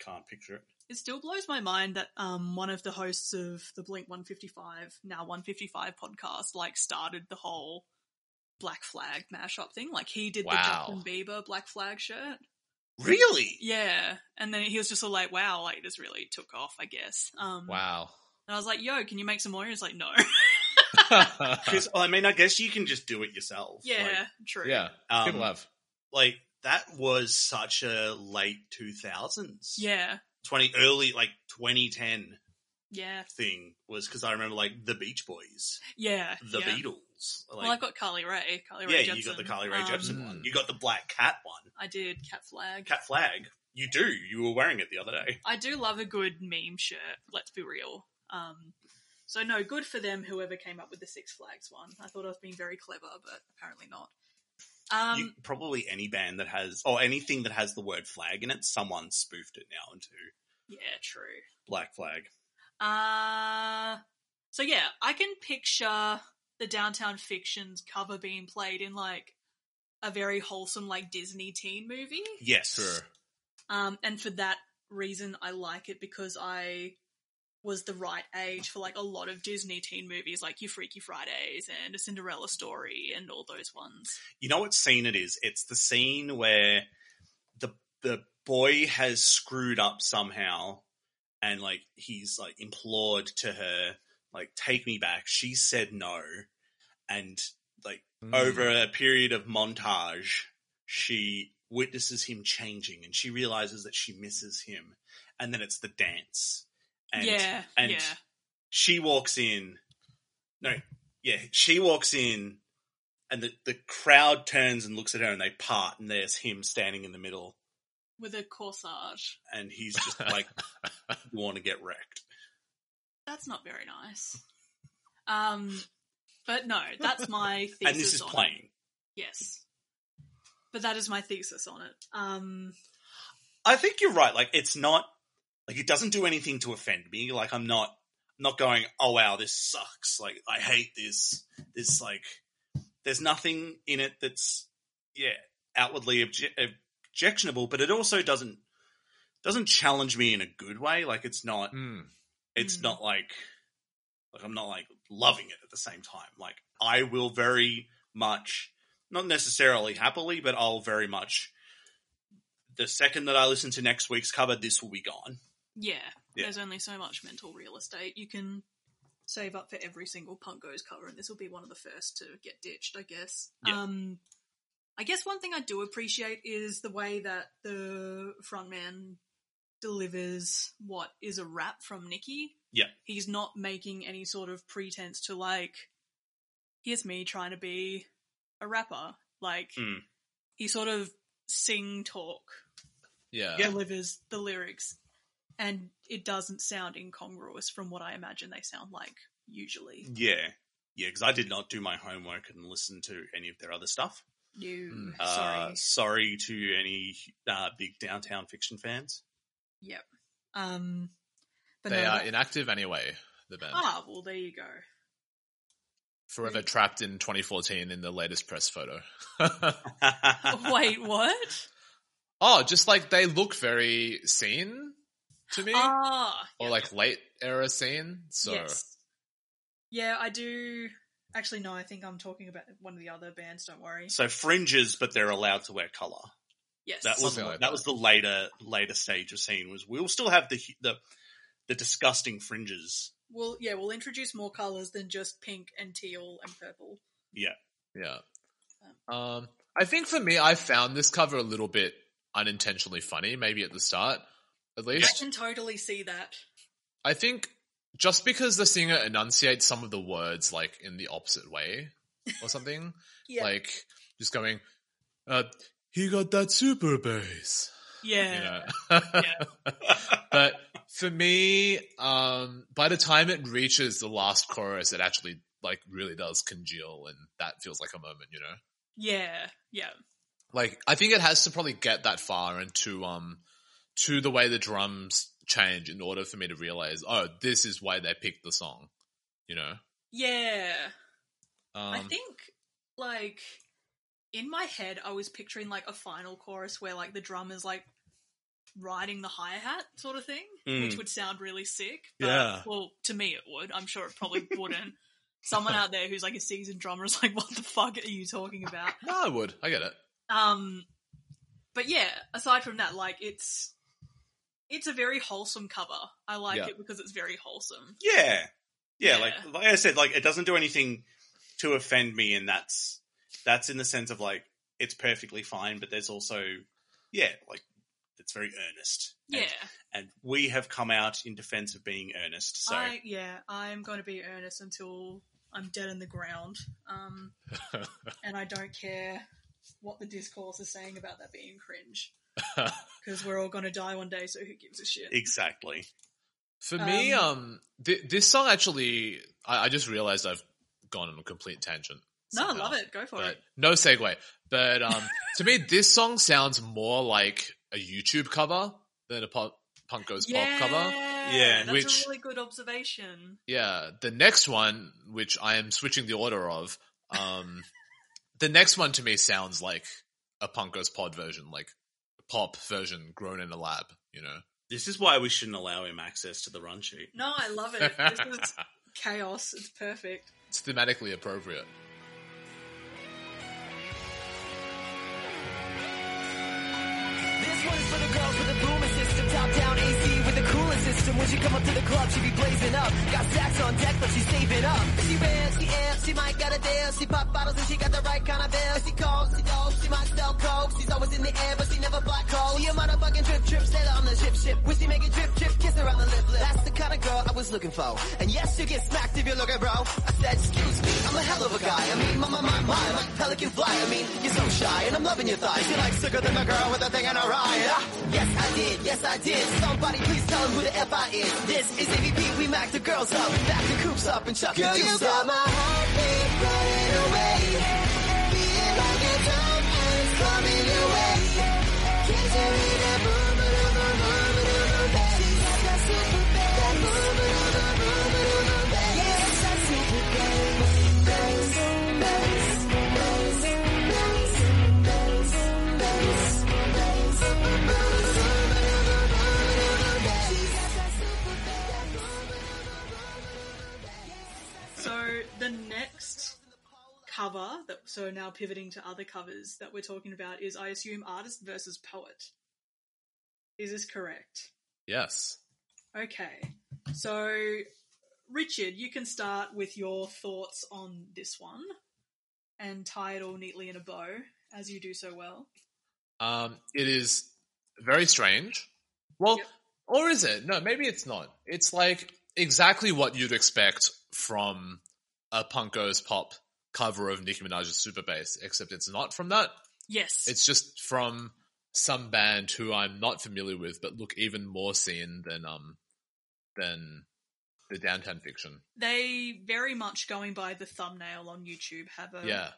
A: can't picture it,
B: it still blows my mind that um one of the hosts of the Blink 155, now 155 podcast like started the whole Black Flag mashup thing. Like he did
C: Wow.
B: the Justin Bieber Black Flag shirt.
A: really?
B: Yeah, and then he was just all like, "Wow, like this really took off, I guess." Um,
C: wow.
B: And I was like, "Yo, can you make some more?" And he's like, "No."
A: Because I mean, I guess you can just do it yourself.
B: yeah,
A: Like,
B: true.
C: yeah,
A: um,
C: people have.
A: like that was such a late 2000s
B: yeah,
A: 20 early like 2010
B: yeah,
A: thing was because i remember like the beach boys
B: yeah.
A: the
B: yeah.
A: beatles like
B: well, I've got Carly Ray. Carly
A: yeah
B: Ray
A: you
B: Jepsen.
A: got the carly ray
B: Um,
A: jepsen
C: Mm.
A: one you got the black cat one
B: I did Cat Flag.
A: cat flag you do you were wearing it the other day
B: I do love a good meme shirt. Let's be real. Um, so no, good for them. Whoever came up with the Six Flags one, I thought I was being very clever, but apparently not. Um,
A: you, probably any band that has or anything that has the word flag in it, someone spoofed it now into
B: yeah, true.
A: Black Flag.
B: Uh, so yeah, I can picture the Downtown Fictions cover being played in like a very wholesome, like Disney teen movie.
A: Yes,
C: Sure.
B: Um, and for that reason, I like it because I was the right age for like a lot of Disney teen movies, like Your Freaky Fridays and A Cinderella Story and all those ones.
A: you know what scene it is? It's the scene where the the boy has screwed up somehow, and like he's like implored to her, like take me back. She said no, and like
C: Hmm.
A: over a period of montage, she witnesses him changing, and she realizes that she misses him, and then it's the dance, and
B: yeah,
A: and
B: yeah,
A: she walks in. No, yeah, she walks in, and the, the crowd turns and looks at her, and they part, and there's him standing in the middle,
B: with a corsage.
A: and he's just like, "You want to get wrecked?"
B: That's not very nice. Um, but no, that's my thesis.
A: and this is
B: on it.
A: playing.
B: Yes. But that is my thesis on it. Um,
A: I think you're right. Like, it's not like it doesn't do anything to offend me. Like, I'm not not going, "Oh wow, this sucks." Like, I hate this. This like, there's nothing in it that's yeah outwardly obje- objectionable, but it also doesn't doesn't challenge me in a good way. Like, it's not
C: Hmm.
A: it's
B: Mm.
A: not like like I'm not like loving it at the same time. Like I will very much not necessarily happily, but I'll very much the second that I listen to next week's cover, this will be gone.
B: yeah,
A: Yeah.
B: there's only so much mental real estate. You can save up for every single Punk Goes cover, and this will be one of the first to get ditched, I guess.
A: Yeah.
B: Um, I guess one thing I do appreciate is the way that the frontman delivers what is a rap from Nikki.
A: Yeah.
B: He's not making any sort of pretense to, like, here's me trying to be a rapper. Like,
C: Hmm.
A: Mm.
B: he sort of sing talk
C: Yeah.
B: delivers the lyrics and it doesn't sound incongruous from what I imagine they sound like usually.
A: Yeah. Yeah, because I did not do my homework and listen to any of their other stuff.
B: You
C: Mm.
A: Uh,
B: sorry.
A: sorry to any uh, big downtown fiction fans.
B: Yep. Um but
C: They
B: no,
C: are
B: that-
C: inactive anyway, the band.
B: Ah, well there you go.
C: Forever trapped in 2014 in the latest press photo.
B: Wait, what?
C: oh, just like they look very seen to me,
B: Ah,
C: or like late era scene. So
B: yes. Yeah, I do actually no, I think I'm talking about one of the other bands, don't worry.
A: so fringes, but they're allowed to wear color.
B: Yes.
A: That was
C: Something like
A: that,
C: that.
A: was the later later stage of scene was we'll still have the hu- the the disgusting fringes.
B: we'll yeah, we'll introduce more colours than just pink and teal and purple.
C: yeah. Um, I think for me, I found this cover a little bit unintentionally funny, maybe at the start, at
B: I
C: least.
B: can totally see that.
C: I think just because the singer enunciates some of the words like in the opposite way or something,
B: Yeah.
C: like just going, uh, he got that super bass.
B: yeah.
C: you know. but for me, um, by the time it reaches the last chorus, it actually like really does congeal, and that feels like a moment, you know.
B: Yeah. Yeah.
C: Like I think it has to probably get that far and to um to the way the drums change in order for me to realize, oh, this is why they picked the song, you know.
B: Yeah.
C: Um,
B: I think like in my head I was picturing like a final chorus where like the drummer's like riding the hi-hat sort of thing, which
A: Mm.
B: would sound really sick. But,
C: Hmm. Yeah.
B: Well, to me it would. I'm sure it probably wouldn't. Someone out there who's like a seasoned drummer is like, what the fuck are you talking about?
C: no, I would. I get it.
B: Um, but yeah, aside from that, like it's it's a very wholesome cover. I like
C: Yeah.
B: it because it's very wholesome.
A: Yeah. yeah,
B: Yeah.
A: Like like I said, like it doesn't do anything to offend me, and that's that's in the sense of like it's perfectly fine, but there's also yeah, like it's very earnest.
B: Yeah.
A: And, and we have come out in defense of being earnest, so
B: I, yeah, I'm going to be earnest until I'm dead in the ground. Um, and I don't care what the discourse is saying about that being cringe. Because we're all going to die one day, so who gives a shit?
A: exactly.
C: For me, um, th- this song actually, I-, I just realized I've gone on a complete tangent.
B: No, I
C: somehow.
B: love it. Go for
C: But
B: it.
C: no segue. But um, to me, this song sounds more like a YouTube cover than a pop- Punk Goes Pop cover.
A: Yeah,
B: that's
C: which-
B: a really good observation.
C: Yeah, the next one, which I am switching the order of, um, the next one to me sounds like a Punk Goes Pod version, like pop version grown in a lab. You know,
A: This is why we shouldn't allow him access to the run sheet.
B: No, I love it. This is chaos. It's perfect.
C: it's thematically appropriate.
F: This one is for the girls with the booming system, top down AC with the cooling system. When she come up to the club, she be blazing up. Got stacks on deck, but she's saving up. She ran, she amps, she might got a deal. She pop bottles and she got the right kind of bill. She calls, she goes, she might sell coke. She's always in the air, but she never black cold. She a motherfucking trip, trip, set her on the ship, ship. When she make it drip, drip, kiss her on the lip, lip. That's the kind of girl I was looking for. And yes, you get smacked if you look at bro. I said, excuse me, I'm a hell of a guy. I mean, my, my, my, my, like pelican fly. I mean, you're so shy and I'm loving your thighs. You're like sicker than the girl with a thing in her eye. Ah, yes, I did. Yes, I did. Somebody please tell 'em who the F I is. This is AVP. We mac the girls up. Back the coops up and chuck Girl, you got my heartbeat running away. Being like a drum and coming away. Can't you read the movement of her movement of her body? She's got super bad. That movement of her movement of her body. Yeah, she's got super bad. Bass, bass, bass, bass, bass, bass, bass.
B: So the next cover that so now pivoting to other covers that we're talking about is I assume artist versus poet. Is this correct?
C: Yes.
B: Okay. So Richard, you can start with your thoughts on this one and tie it all neatly in a bow as you do so well.
C: Um, it is very strange. Well,
B: Yep.
C: or is it? No, maybe it's not. It's like exactly what you'd expect from a Punk Goes Pop cover of Nicki Minaj's Super Bass, except it's not from that.
B: Yes.
C: It's just from some band who I'm not familiar with, but look even more seen than um than the Downtown Fiction.
B: they very much going by the thumbnail on YouTube have a
C: yeah,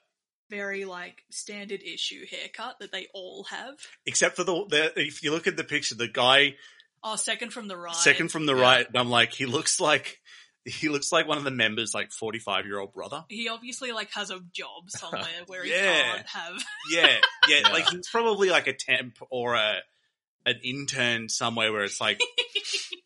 B: very like standard issue haircut that they all have.
A: Except for the, the if you look at the picture, the guy
B: Oh, second from the right.
A: second from the
C: Yeah.
A: right, I'm like, he looks like he looks like one of the members, like 45 year old brother.
B: he obviously like has a job somewhere where he
A: Yeah.
B: can't have.
A: Yeah, yeah,
C: Yeah.
A: like he's probably like a temp or a an intern somewhere where it's like,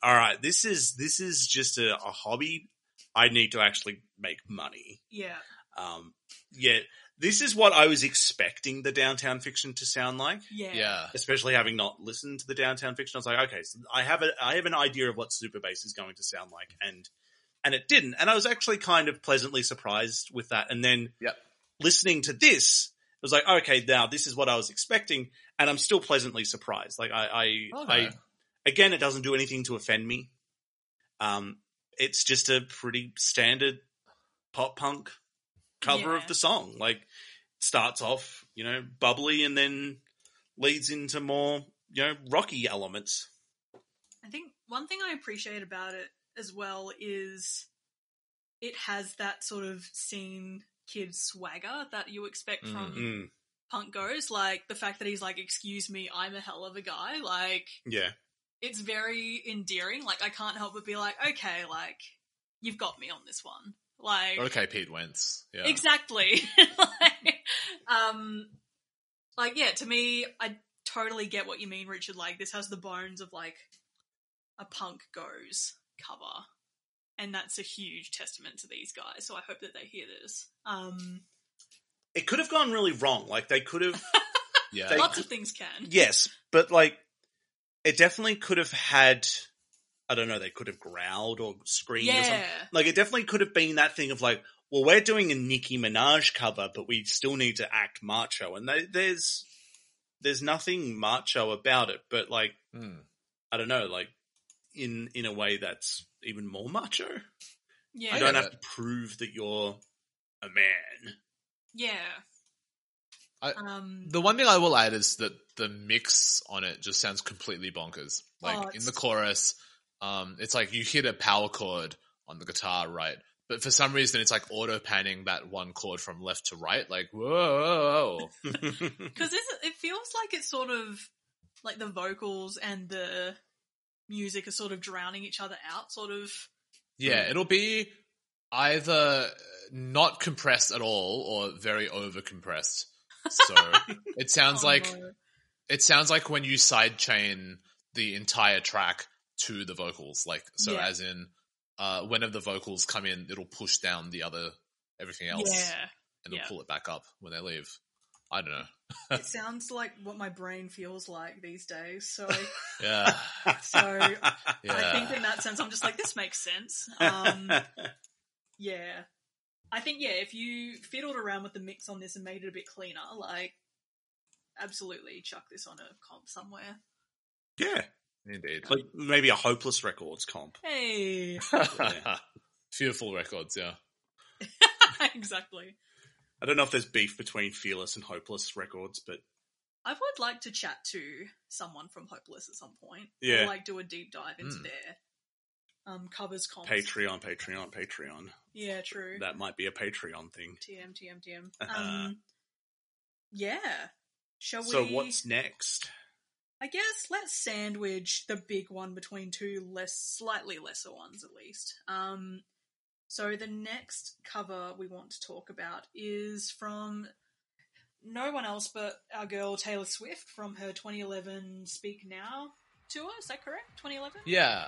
A: all right, this is this is just a, a hobby. I need to actually make money.
B: Yeah,
A: Um, yeah, this is what I was expecting the downtown fiction to sound like.
B: yeah,
C: yeah,
A: Especially having not listened to the downtown fiction, I was like, okay, so I have a I have an idea of what super bass is going to sound like, and and it didn't, and I was actually kind of pleasantly surprised with that. And then
C: Yep.
A: listening to this, it was like, okay, now this is what I was expecting, and I'm still pleasantly surprised. Like I, I,
C: Okay.
A: I again, it doesn't do anything to offend me. Um, it's just a pretty standard pop punk cover
B: Yeah.
A: of the song. Like it starts off, you know, bubbly, and then leads into more, you know, rocky elements.
B: I think one thing I appreciate about it as well is it has that sort of scene kid swagger that you expect from
A: Mm,
B: Punk Goes, like the fact that he's like, "Excuse me, I'm a hell of a guy." Like
A: yeah,
B: it's very endearing. Like I can't help but be like, "Okay, like you've got me on this one." Like
C: okay, Pete Wentz. Yeah,
B: Exactly. like, um, like yeah, to me, I totally get what you mean, Richard. Like this has the bones of like a punk goes cover, and that's a huge testament to these guys. So I hope that they hear this. Um,
A: it could have gone really wrong. Like they could have.
C: yeah.
A: They-
B: lots of things can.
A: Yes, but like it definitely could have had I don't know, they could have growled or screamed or
B: yeah,
A: something. Like it definitely could have been that thing of like, well, we're doing a Nicki Minaj cover, but we still need to act macho. And they, there's there's nothing macho about it, but like
C: Hmm.
A: I don't know, like in in a way that's even more macho.
B: yeah,
A: You
C: get
A: don't have
C: it.
A: to prove that you're a man.
B: yeah.
C: I-
B: um,
C: The one thing I will add is that the mix on it just sounds completely bonkers. Like
B: Oh,
C: in
B: it's-
C: the chorus, Um, it's like you hit a power chord on the guitar, right? But for some reason, it's like auto panning that one chord from left to right. Like, whoa.
B: Because it feels like it's sort of like the vocals and the music are sort of drowning each other out, sort of.
C: Yeah, it'll be either not compressed at all or very over compressed. So it sounds
B: Oh,
C: like
B: no.
C: it sounds like when you sidechain the entire track to the vocals, like so
B: Yeah.
C: as in uh whenever the vocals come in, it'll push down the other everything else
B: Yeah.
C: and it'll
B: yeah.
C: pull it back up when they leave. I don't know.
B: it sounds like what my brain feels like these days. So,
C: Yeah.
B: so
C: yeah.
B: I think in that sense, I'm just like, this makes sense. Um, yeah. I think, yeah, if you fiddled around with the mix on this and made it a bit cleaner, like, absolutely chuck this on a comp somewhere.
A: yeah,
C: Indeed.
A: like maybe a hopeless records comp.
B: Hey!
A: Yeah.
C: Fearful records, yeah.
B: exactly.
A: I don't know if there's beef between Fearless and Hopeless records, but
B: I would like to chat to someone from Hopeless at some point.
A: Yeah. Hmm.
B: Or, like, do a deep dive into
C: Mm.
B: their um, covers comps.
A: Patreon, Patreon, Patreon.
B: Yeah, true.
A: That might be a Patreon thing.
B: TM, TM, TM.
A: Uh-huh.
B: Um, yeah. Shall
A: So
B: we?
A: what's next?
B: I guess let's sandwich the big one between two less, slightly lesser ones at least. Um, so the next cover we want to talk about is from no one else but our girl Taylor Swift from her 2011 Speak Now tour. Is that correct? 2011.
C: Yeah.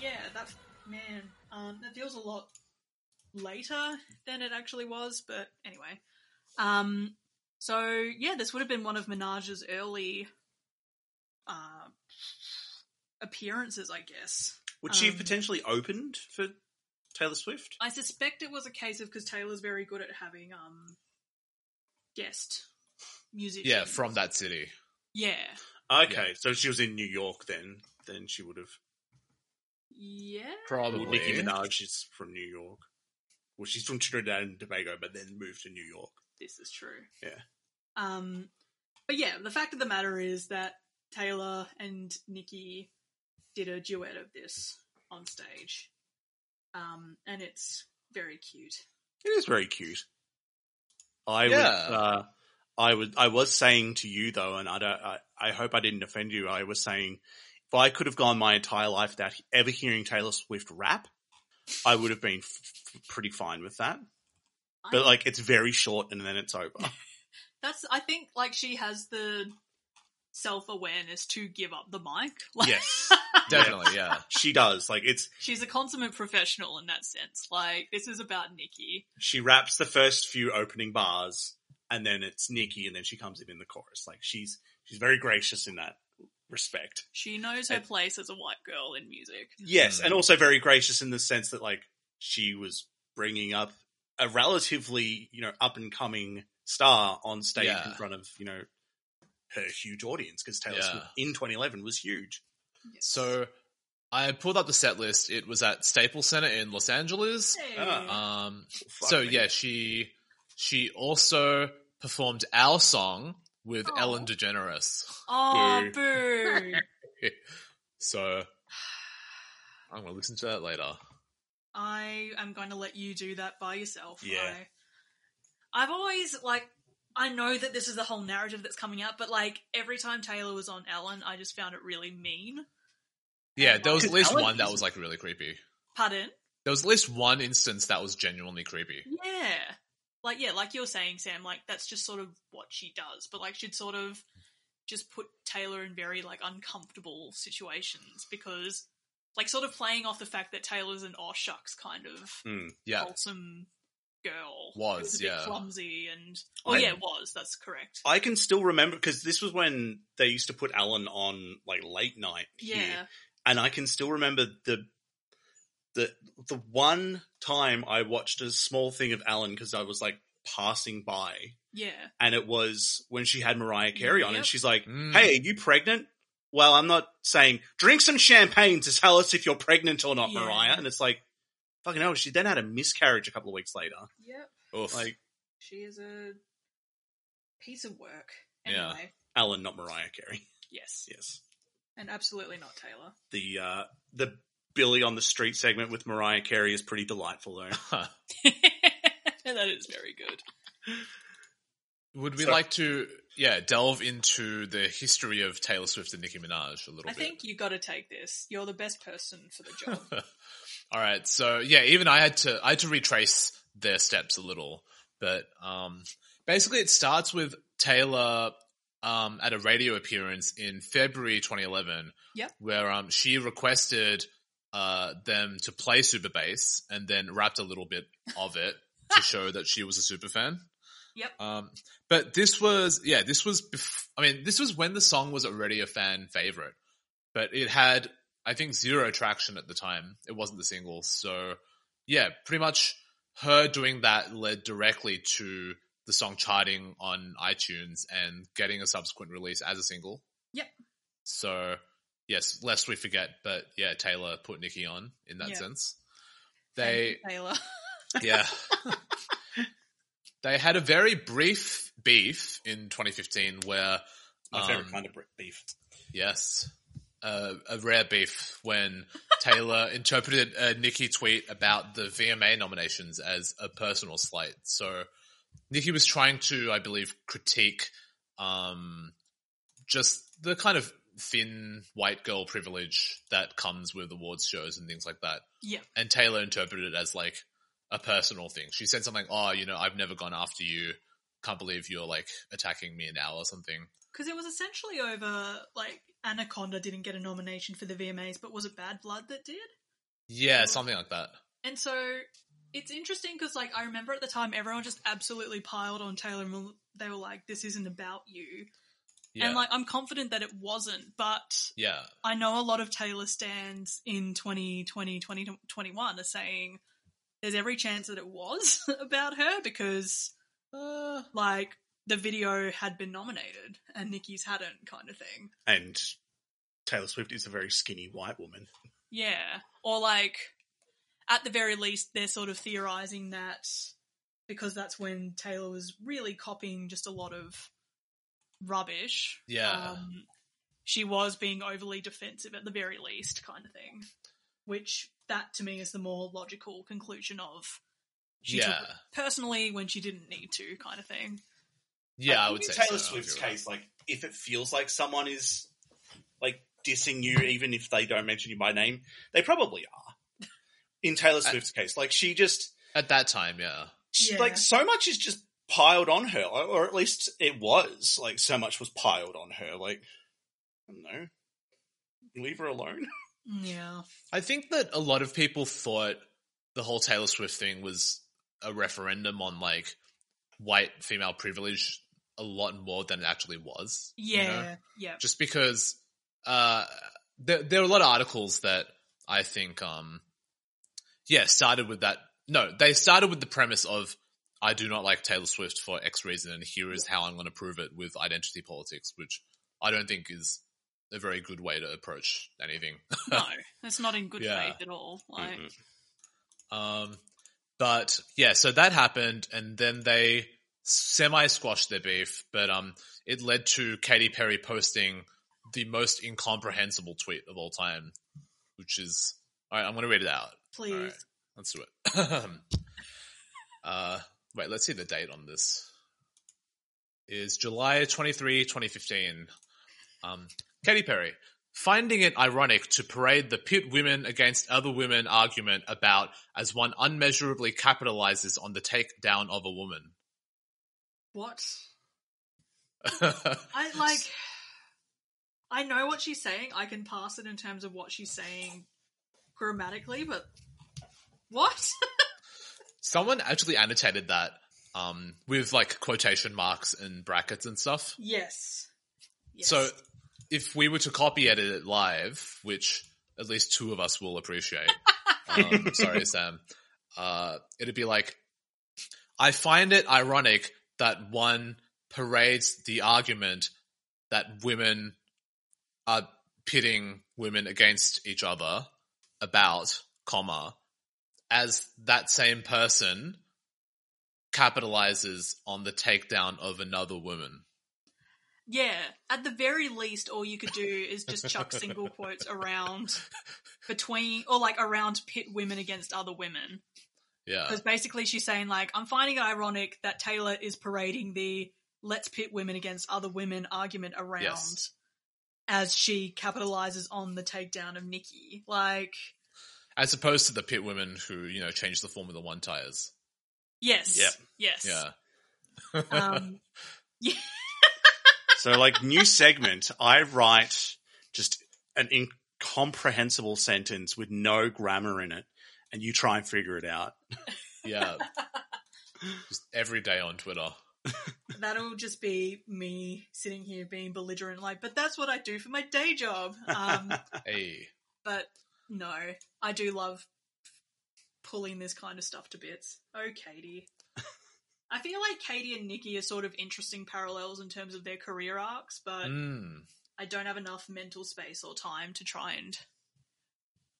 B: Yeah, that man. Um, that feels a lot later than it actually was, but anyway. Um, so yeah, this would have been one of Minaj's early uh, appearances, I guess.
A: Would she have
B: Um,
A: potentially opened for Taylor Swift?
B: I suspect it was a case of because Taylor's very good at having um guest musicians.
C: Yeah, from that city.
B: Uh, yeah,
A: Okay, so if she was in New York then. Then she would have.
B: yeah.
C: Probably.
A: Well, Nicki Minaj is from New York. Well, she's from Trinidad and Tobago, but then moved to New York.
B: This is true.
A: Yeah.
B: Um, but yeah, the fact of the matter is that Taylor and Nikki did a duet of this on stage, um, and it's very cute.
A: It is very cute. I
C: Yeah.
A: would, uh, I would, I was saying to you though, and I don't, I, I hope I didn't offend you. I was saying, if I could have gone my entire life without ever hearing Taylor Swift rap, I would have been f- pretty fine with that. But
B: I-
A: like, it's very short and then it's over.
B: that's I think like she has the self awareness to give up the mic. Like
A: yes,
C: Definitely, yeah.
A: she does. Like, it's
B: she's a consummate professional in that sense. Like this is about Nikki.
A: she raps the first few opening bars, and then it's Nikki, and then she comes in in the chorus. Like, she's she's very gracious in that respect.
B: She knows her
A: And-
B: place as a white girl in music.
A: Yes,
C: Mm.
A: and also very gracious in the sense that like she was bringing up a relatively you know up and coming star on stage in
C: Yeah.
A: front of you know her huge audience because Taylor
C: Yeah.
A: Swift in 2011 was huge.
B: Yes.
C: So I pulled up the set list. It was at Staples Center in Los Angeles.
B: Hey.
A: Ah.
C: Um,
A: Fuck
C: so
A: me.
C: yeah, she she also performed our song with
B: Aw.
C: Ellen DeGeneres.
B: oh boo.
C: So I'm gonna listen to that later.
B: Oh I am going to let you do that by yourself.
A: Yeah.
B: I, I've always like I know that this is the whole narrative that's coming out, but like every time Taylor was on Ellen, I just found it really mean.
C: Yeah, there was at least
A: Ellen
C: one that
A: is-
C: was like really creepy.
B: Pardon?
C: There was at least one instance that was genuinely creepy.
B: Yeah. Like yeah, like you're saying, Sam, like that's just sort of what she does. But like she'd sort of just put Taylor in very like uncomfortable situations because like sort of playing off the fact that Taylor's an oh shucks kind of Oh.
C: Yeah.
B: wholesome girl.
C: Was,
B: Who's a bit
C: yeah.
B: clumsy and oh
A: I-
B: yeah, was that's correct.
A: I can still remember because this was when they used to put Alan on like late night.
B: yeah,
A: Here, and I can still remember the the the one time I watched a small thing of Alan because I was like passing by,
B: yeah,
A: and it was when she had Mariah Carey on,
B: Yep.
A: and she's like,
C: Mm.
A: "Hey, are you pregnant?" Well, I'm not saying drink some champagne to tell us if you're pregnant or not,
B: Yeah.
A: Mariah. And it's like, fucking hell. She then had a miscarriage a couple of weeks later.
B: yep.
C: Oof.
A: Like
B: She is a piece of work.
C: Yeah.
B: Anyway,
A: Alan, not Mariah Carey.
B: yes,
A: Yes.
B: and absolutely not Taylor.
A: the uh, the Billy on the Street segment with Mariah Carey is pretty delightful, though.
B: that is very good.
C: Would we
A: So-
C: like to, yeah, delve into the history of Taylor Swift and Nicki Minaj a little
B: I
C: bit?
B: think you got to take this. You're the best person for the job.
C: All right, so yeah, even I had to I had to retrace their steps a little, but um, basically it starts with Taylor um, at a radio appearance in February 2011,
B: Yep.
C: where um, she requested uh, them to play Super Bass and then rapped a little bit of it to show that she was a super fan.
B: Yep.
C: Um, but this was yeah, this was bef- I mean, this was when the song was already a fan favorite, but it had I think zero traction at the time. It wasn't the single, so yeah, pretty much her doing that led directly to the song charting on iTunes and getting a subsequent release as a single.
B: Yep.
C: So yes, lest we forget, but yeah, Taylor put Nikki on in that
B: Yeah.
C: sense.
B: Thank
C: They
B: you, Taylor.
C: yeah. they had a very brief beef in 2015 where.
A: My
C: um,
A: favorite kind of brick beef.
C: Yes. Uh, a rare beef when Taylor interpreted a Nikki tweet about the VMA nominations as a personal slight. So Nikki was trying to, I believe, critique um, just the kind of thin white girl privilege that comes with awards shows and things like that
B: yeah,
C: and Taylor interpreted it as like a personal thing. She said something, "Oh, you know, I've never gone after you. Can't believe you're like attacking me now or something."
B: because it was essentially over. Like Anaconda didn't get a nomination for the VMAs, but was it Bad Blood that did?
C: Yeah, something like that.
B: And so it's interesting because, like, I remember at the time everyone just absolutely piled on Taylor. and were- They were like, "This isn't about you,"
C: Yeah,
B: and like, I'm confident that it wasn't. But
C: yeah,
B: I know a lot of Taylor stands in 2020, 2021 are saying there's every chance that it was about her because, uh, like, the video had been nominated and Nikki's hadn't, kind of thing.
A: And Taylor Swift is a very skinny white woman.
B: Yeah. Or like at the very least they're sort of theorizing that because that's when Taylor was really copying just a lot of rubbish.
C: Yeah.
B: Um, she was being overly defensive at the very least kind of thing. Which that to me is the more logical conclusion of she took
C: yeah,
B: it personally when she didn't need to kind of thing.
C: yeah. I, would
A: in
C: say
A: Taylor
C: so.
A: Swift's
C: I'd agree with
A: case, like if it feels like someone is like dissing you, even if they don't mention you by name, they probably are. In Taylor Swift's case, like she just
C: that. at that time, yeah,
A: she-
B: Yeah.
A: like so much is just piled on her, or- or at least it was like so much was piled on her. Like, I don't know, leave her alone.
B: Yeah.
C: I think that a lot of people thought the whole Taylor Swift thing was a referendum on like white female privilege a lot more than it actually was. you
B: Yeah.
C: know?
B: Yeah.
C: just because uh, there, there are a lot of articles that I think, um, yeah, started with that. No, they started with the premise of I do not like Taylor Swift for X reason, and here is how I'm going to prove it with identity politics, which I don't think is a very good way to approach anything.
B: No. That's not in good
C: Yeah.
B: faith at all. Like
C: Um, but yeah, so that happened, and then they semi squashed their beef, but um, it led to Katy Perry posting the most incomprehensible tweet of all time, which is all right. I'm going to read it out.
B: please.
C: All right, let's do it. uh, wait, let's see the date on this. Is July 23, 2015. Um, Katy Perry. Finding it ironic to parade the pit women against other women argument about as one unmeasurably capitalizes on the takedown of a woman.
B: What? I like. I know what she's saying. I can pass it in terms of what she's saying grammatically, but what?
C: Someone actually annotated that um, with like quotation marks and brackets and stuff.
B: yes. yes.
C: So if we were to copy edit it live, which at least two of us will appreciate, um, sorry, Sam, uh, it'd be like, I find it ironic that one parades the argument that women are pitting women against each other about, comma, as that same person capitalizes on the takedown of another woman.
B: yeah, at the very least, all you could do is just chuck single quotes around between, or like around pit women against other women.
C: Yeah.
B: Because basically she's saying, like, I'm finding it ironic that Taylor is parading the let's pit women against other women argument around
C: Yes.
B: as she capitalizes on the takedown of Nikki. Like,
C: As opposed to the pit women who, you know, change the form of the one tires.
B: yes.
A: Yep.
B: Yes.
C: Yeah.
B: Um,
A: So, like, new segment, I write just an incomprehensible sentence with no grammar in it, and you try and figure it out.
C: Yeah. Just every day on Twitter.
B: that'll just be me sitting here being belligerent, like, but that's what I do for my day job. Um,
C: Hey.
B: but no, I do love pulling this kind of stuff to bits. Oh, Katie. I feel like Katie and Nikki are sort of interesting parallels in terms of their career arcs, but
C: Mm.
B: I don't have enough mental space or time to try and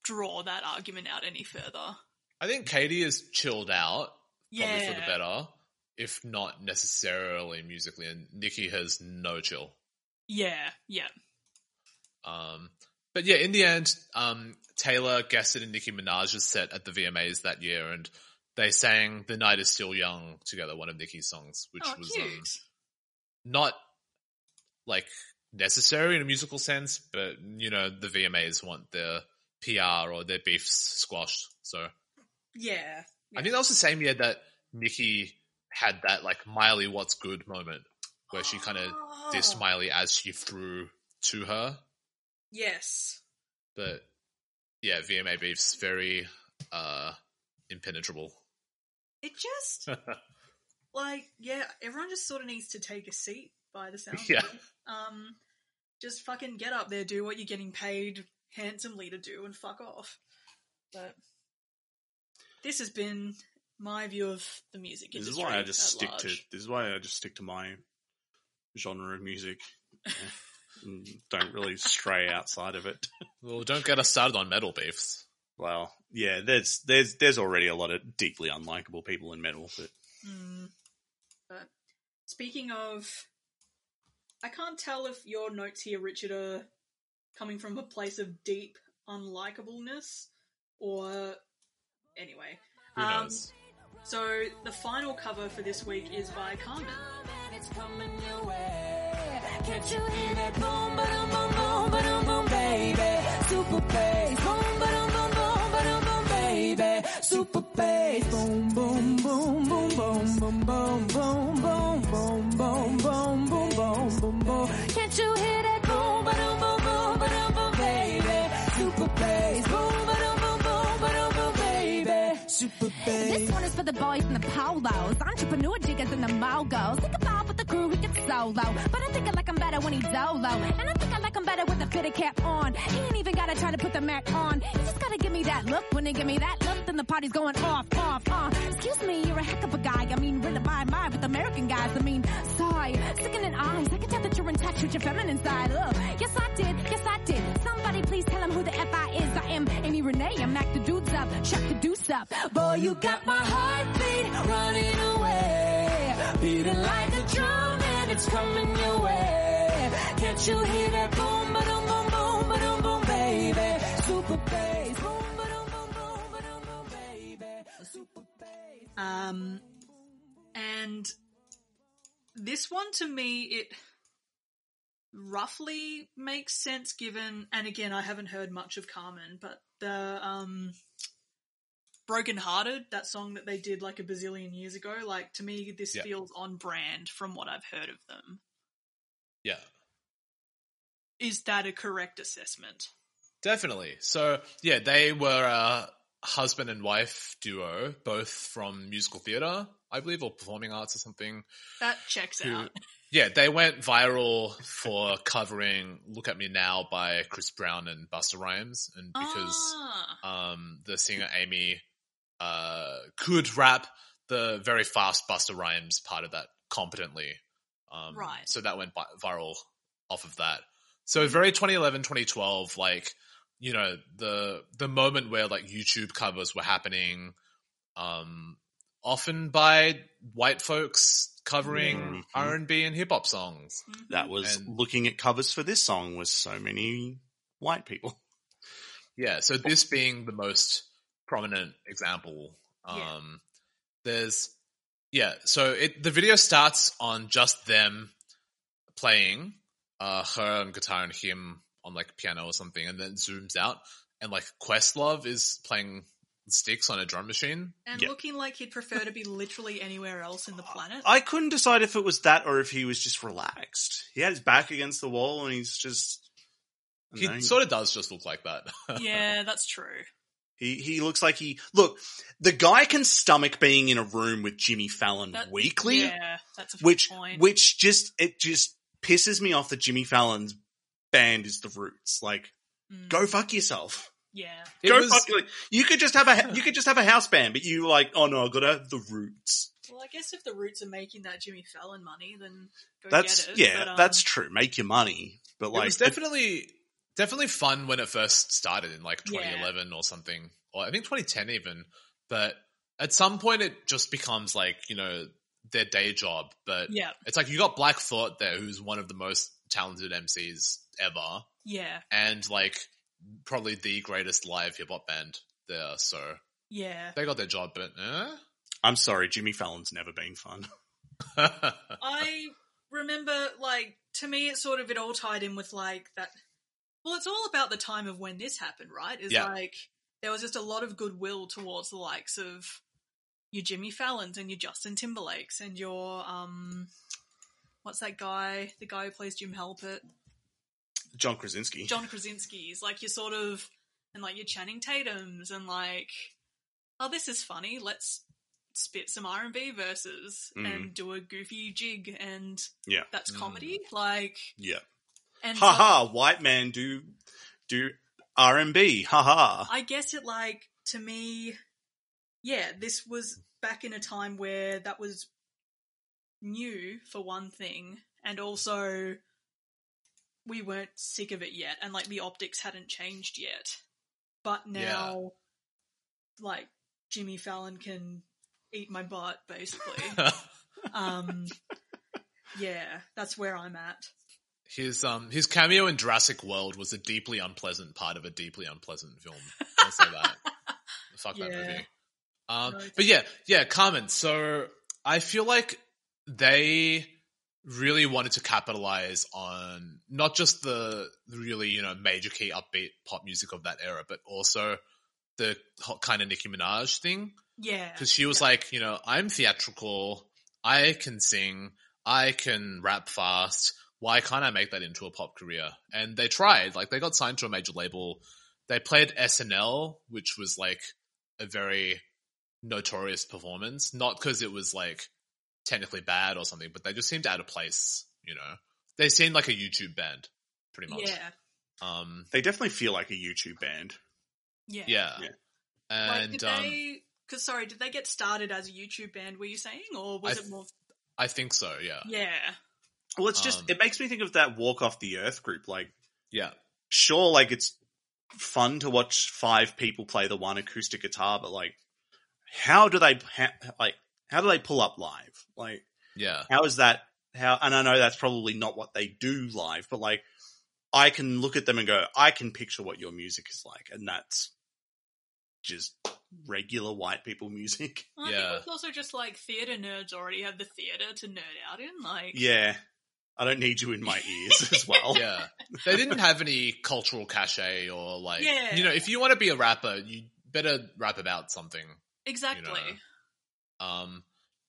B: draw that argument out any further.
C: I think Katie is chilled out,
B: Yeah.
C: probably for the better, if not necessarily musically, and Nikki has no chill.
B: Yeah, yeah.
C: Um, but yeah, in the end, um, Taylor guested in Nicki Minaj's set at the VMAs that year, and they sang "The Night Is Still Young" together, one of Nicki's songs, which
B: oh,
C: was
B: cute.
C: um, not like necessary in a musical sense, but you know, the VMAs want their PR or their beefs squashed. So
B: yeah.
C: I think that was the same year that Nicki had that like Miley, what's good moment where she kind of dissed
B: Oh,
C: Miley as she threw to her.
B: Yes.
C: But yeah, VMA beef's very uh impenetrable.
B: It just like yeah, everyone just sort of needs to take a seat by the sound. of
C: Yeah.
B: it. Um, just fucking get up there, do what you're getting paid handsomely to do, and fuck off. But this has been my view of the music
A: This
B: industry.
A: is why I just
B: at
A: stick to
B: large.
A: this is why I just stick to my genre of music. Yeah. And don't really stray outside of it.
C: Well, don't get us started on metal beefs.
A: Well, yeah, there's there's there's already a lot of deeply unlikable people in metal, but
B: Mm. But speaking of, I can't tell if your notes here, Richard, are coming from a place of deep unlikableness or. Anyway.
C: Who
B: Um,
C: knows?
B: So the final cover for this week is by Carmen.
G: It's coming your way. Can't you hear that boom, ba-dum, boom, boom, ba-dum, boom, baby? Super bass, boom, ba-dum, boom, boom, ba-dum, boom, baby. Super bass, boom, boom, boom, boom, boom, boom, boom, boom, boom, boom, boom, boom, boom, boom, boom, boom. Can't you hear that boom, ba-dum, boom, boom, ba-dum, boom, baby? Super bass, boom, ba-dum, boom, boom, ba-dum, boom, baby. Super bass.
D: This one is for the boys in the polos, entrepreneur jiggers and the mogos. Think about with the crew, he gets solo. But I think I like him better when he's dolo. And I think I like him better with the fitted cap on. He ain't even gotta try to put the Mac on. He just gotta give me that look. When they give me that look, then the party's going off, off, on. Excuse me, you're a heck of a guy. I mean, really my mind with American guys. I mean, sorry, sickening eyes. I can tell that you're in touch with your feminine side. Ugh. Yes, I did. Yes, I did. Somebody please tell him who the F I is. I am Amy Renee. I'm Mac the Dudes up. Chuck the Deuce up.
G: Boy, you got my heartbeat running away. Beating like a drum and it's coming your way. Can't you hear that boom, ba-dum, boom, boom, ba-dum, boom, baby? Super bass. Boom, ba-dum, boom, boom, ba-dum, boom, baby. Super bass.
B: Um, and this one to me, it roughly makes sense given, and again, I haven't heard much of Carmen, but the, um, Broken Hearted, that song that they did like a bazillion years ago, like to me, this
C: Yeah.
B: feels on brand from what I've heard of them.
C: yeah.
B: Is that a correct assessment?
C: Definitely. So yeah, they were a husband and wife duo, both from musical theater, I believe, or performing arts or something.
B: That checks
C: who-
B: out.
C: yeah, they went viral for covering "Look at Me Now" by Chris Brown and Busta Rhymes, and because
B: Ah,
C: um, the singer Amy uh, could rap the very fast Busta Rhymes part of that competently. Um,
B: Right.
C: So that went bi- viral off of that. So very 2011, 2012, like, you know, the, the moment where like YouTube covers were happening, um, often by white folks covering
A: Mhm.
C: R&B and hip hop songs.
B: Mm-hmm.
A: That was
C: And-
A: looking at covers for this song was so many white people.
C: Yeah, so this being the most prominent example, um,
B: Yeah.
C: there's yeah. So it the video starts on just them playing, uh, her on guitar and him on like piano or something, and then zooms out and like Questlove is playing sticks on a drum machine.
B: and
A: yeah.
B: looking like he'd prefer to be literally anywhere else in the planet.
A: I couldn't decide if it was that or if he was just relaxed. He had his back against the wall and he's just. I
C: He
A: don't know.
C: sort of does just look like that.
A: uh,
B: yeah, that's true.
A: He he looks like he look. The guy can stomach being in a room with Jimmy Fallon
B: That-
A: weekly,
B: Yeah, that's a fair
A: which
B: point.
A: which just it just pisses me off that Jimmy Fallon's band is the Roots. Like,
B: Mm,
A: go fuck yourself.
B: Yeah,
C: It
A: go
C: was-
A: fuck. Like, you could just have a you could just have a house band, but you like oh no, I gotta have the Roots.
B: well, I guess if the Roots are making that Jimmy Fallon money, then go
A: That's
B: get it.
A: yeah,
B: but, um,
A: that's true. Make your money, but
C: it
A: like
C: was definitely definitely fun when it first started in like
B: Yeah.
C: 2011 or something, or I think 2010 even. But at some point, it just becomes like you know their day job. But
B: yeah,
C: it's like you got Black Thought there, who's one of the most talented MCs ever,
B: yeah,
C: and like probably the greatest live hip hop band there. So
B: yeah.
C: they got their job, but eh?
A: I'm sorry, Jimmy Fallon's never been fun.
B: I remember, like, to me, it sort of it all tied in with like that. Well, it's all about the time of when this happened, right? Is
C: Yeah.
B: like there was just a lot of goodwill towards the likes of your Jimmy Fallons and your Justin Timberlakes and your um, what's that guy? The guy who plays Jim Halpert,
A: John Krasinski.
B: John Krasinski's, like your sort of and like your Channing Tatum's and like, oh, this is funny. Let's spit some R and B verses
A: Mm.
B: and do a goofy jig and
A: yeah,
B: that's
C: Mm.
B: comedy. Like,
A: yeah.
B: and
A: Ha
B: so
A: ha, white man do do R and B. Ha ha.
B: I guess it like to me, yeah, this was back in a time where that was new for one thing, and also we weren't sick of it yet, and like the optics hadn't changed yet. But now, like Jimmy Fallon can eat my butt, basically.
C: eh?
B: um, yeah, that's where I'm at.
C: His um his cameo in Jurassic World was a deeply unpleasant part of a deeply unpleasant film. I'll say that. Fuck that
B: Yeah.
C: movie. Um,
B: Right.
C: but yeah, yeah, Carmen. So I feel like they really wanted to capitalize on not just the really you know major key upbeat pop music of that era, but also the hot kind of Nicki Minaj thing
B: Yeah,
C: because she was like, you know, I'm theatrical, I can sing, I can rap fast. Why can't I make that into a pop career? And they tried. Like they got signed to a major label. They played SNL, which was like a very notorious performance. Not because it was like technically bad or something, but they just seemed out of place. You know, they seemed like a YouTube band, pretty much.
B: yeah,
C: Um.
A: They definitely feel like a YouTube band.
B: yeah,
C: Yeah.
A: Yeah.
B: Like,
C: And
B: did
C: um,
B: they? Because sorry, did they get started as a YouTube band? Were you saying, or was
C: I uh,
B: it more?
C: I think so. Yeah.
B: Yeah,
A: Well, it's just
C: Um,
A: it makes me think of that Walk Off the Earth group. Like,
C: Yeah.
A: sure, like it's fun to watch five people play the one acoustic guitar, but like, how do they ha- like how do they pull up live? Like,
C: Yeah.
A: how is that how and i know that's probably not what they do live but like i can look at them and go i can picture what your music is like and that's just regular white people music
B: Well, I
C: Yeah.
B: think it's also just like theater nerds already have the theater to nerd out in. Like,
A: yeah i don't need you in my ears as well
C: yeah they didn't have any cultural cachet or like
B: Yeah.
C: you know if you want to be a rapper you better rap about something
B: exactly.
C: You know. um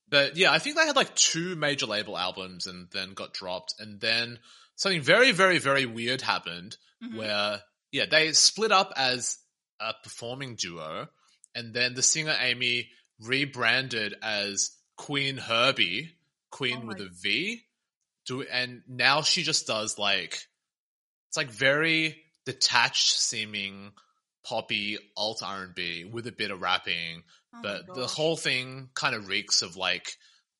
C: but yeah i think they had like two major label albums and then got dropped and then something very very very weird happened
B: Mhm.
C: where yeah, they split up as a performing duo, and then the singer Amy rebranded as Queen Herbie, Queen
B: Oh
C: with
B: my-
C: a V. Do and now she just does like it's like very detached seeming poppy alt R and B with a bit of rapping,
B: Oh my
C: but the
B: gosh.
C: whole thing kind of reeks of like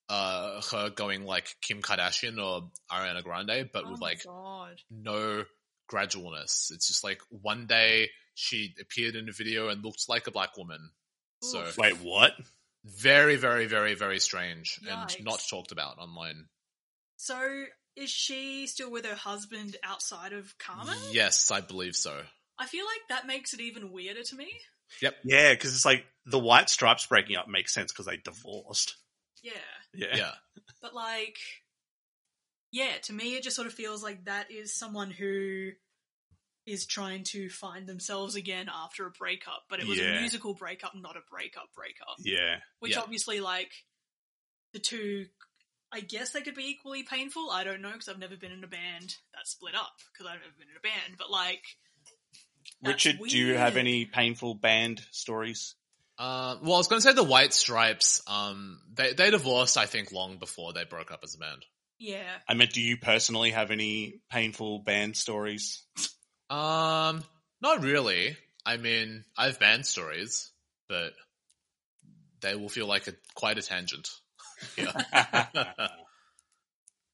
C: uh her going like Kim Kardashian or Ariana Grande, but
B: Oh
C: with
B: my
C: like
B: God.
C: no gradualness. It's just like one day she appeared in a video and looked like a black woman. So
B: Oof.
A: Wait, what?
C: very, very, very, very strange
B: Yikes.
C: and not talked about online.
B: So is she still with her husband outside of Carmen?
C: Yes, I believe so.
B: I feel like that makes it even weirder to me.
A: Yeah, because it's like the White Stripes breaking up makes sense because they divorced.
B: Yeah.
A: Yeah.
C: Yeah.
B: But like yeah, to me it just sort of feels like that is someone who is trying to find themselves again after a breakup, but it was
A: Yeah.
B: a musical breakup, not a breakup breakup.
A: Yeah.
B: Which
C: Yeah.
B: obviously like the two I guess they could be equally painful. I don't know because I've never been in a band that split up because I've never been in a band. But like, that's
A: Richard, do you have
B: weird.
A: any painful band stories?
C: Uh, well, I was going to say the White Stripes. Um, they they divorced, I think, long before they broke up as a band.
B: Yeah,
A: I meant, do you personally have any painful band stories?
C: Um, not really. I mean, I've band stories, but they will feel like a quite a tangent. Yeah.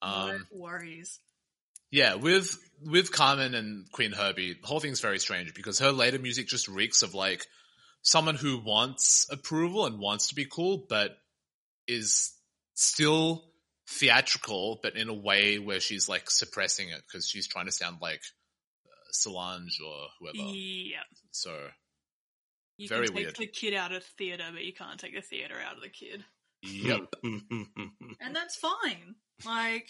B: no
C: um,
B: worries.
C: yeah, with with Carmen and Queen Herbie, the whole thing's very strange because her later music just reeks of like someone who wants approval and wants to be cool, but is still theatrical, but in a way where she's like suppressing it because she's trying to sound like uh, Solange or whoever.
B: Yeah,
C: So
B: you
C: uh, very
B: can take
C: weird.
B: the kid out of theater, but you can't take the theater out of the kid,
C: yep,
A: Mm-hmm.
B: and that's fine. Like,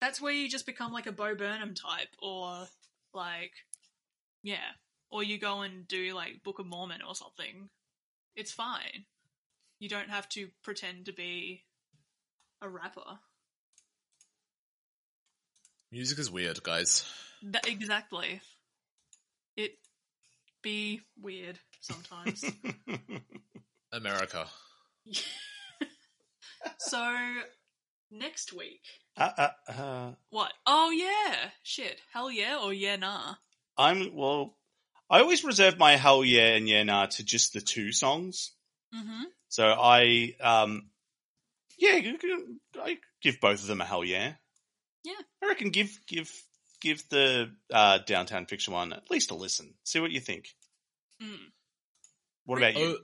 B: that's where you just become like a Bo Burnham type, or like, yeah, or you go and do like Book of Mormon or something. It's fine. You don't have to pretend to be a rapper.
C: music is weird, guys.
B: That, exactly. It be weird sometimes.
C: America.
B: so next week,
A: uh, uh, uh,
B: what? Oh yeah, shit, hell yeah, or yeah nah.
A: I'm, well, I always reserve my hell yeah and yeah nah to just the two songs.
B: Mm-hmm.
A: So I, um, yeah, you can- I give both of them a hell yeah.
B: Yeah.
A: I reckon give give give the uh, downtown picture one at least a listen. See what you think.
B: Mm.
A: What about you?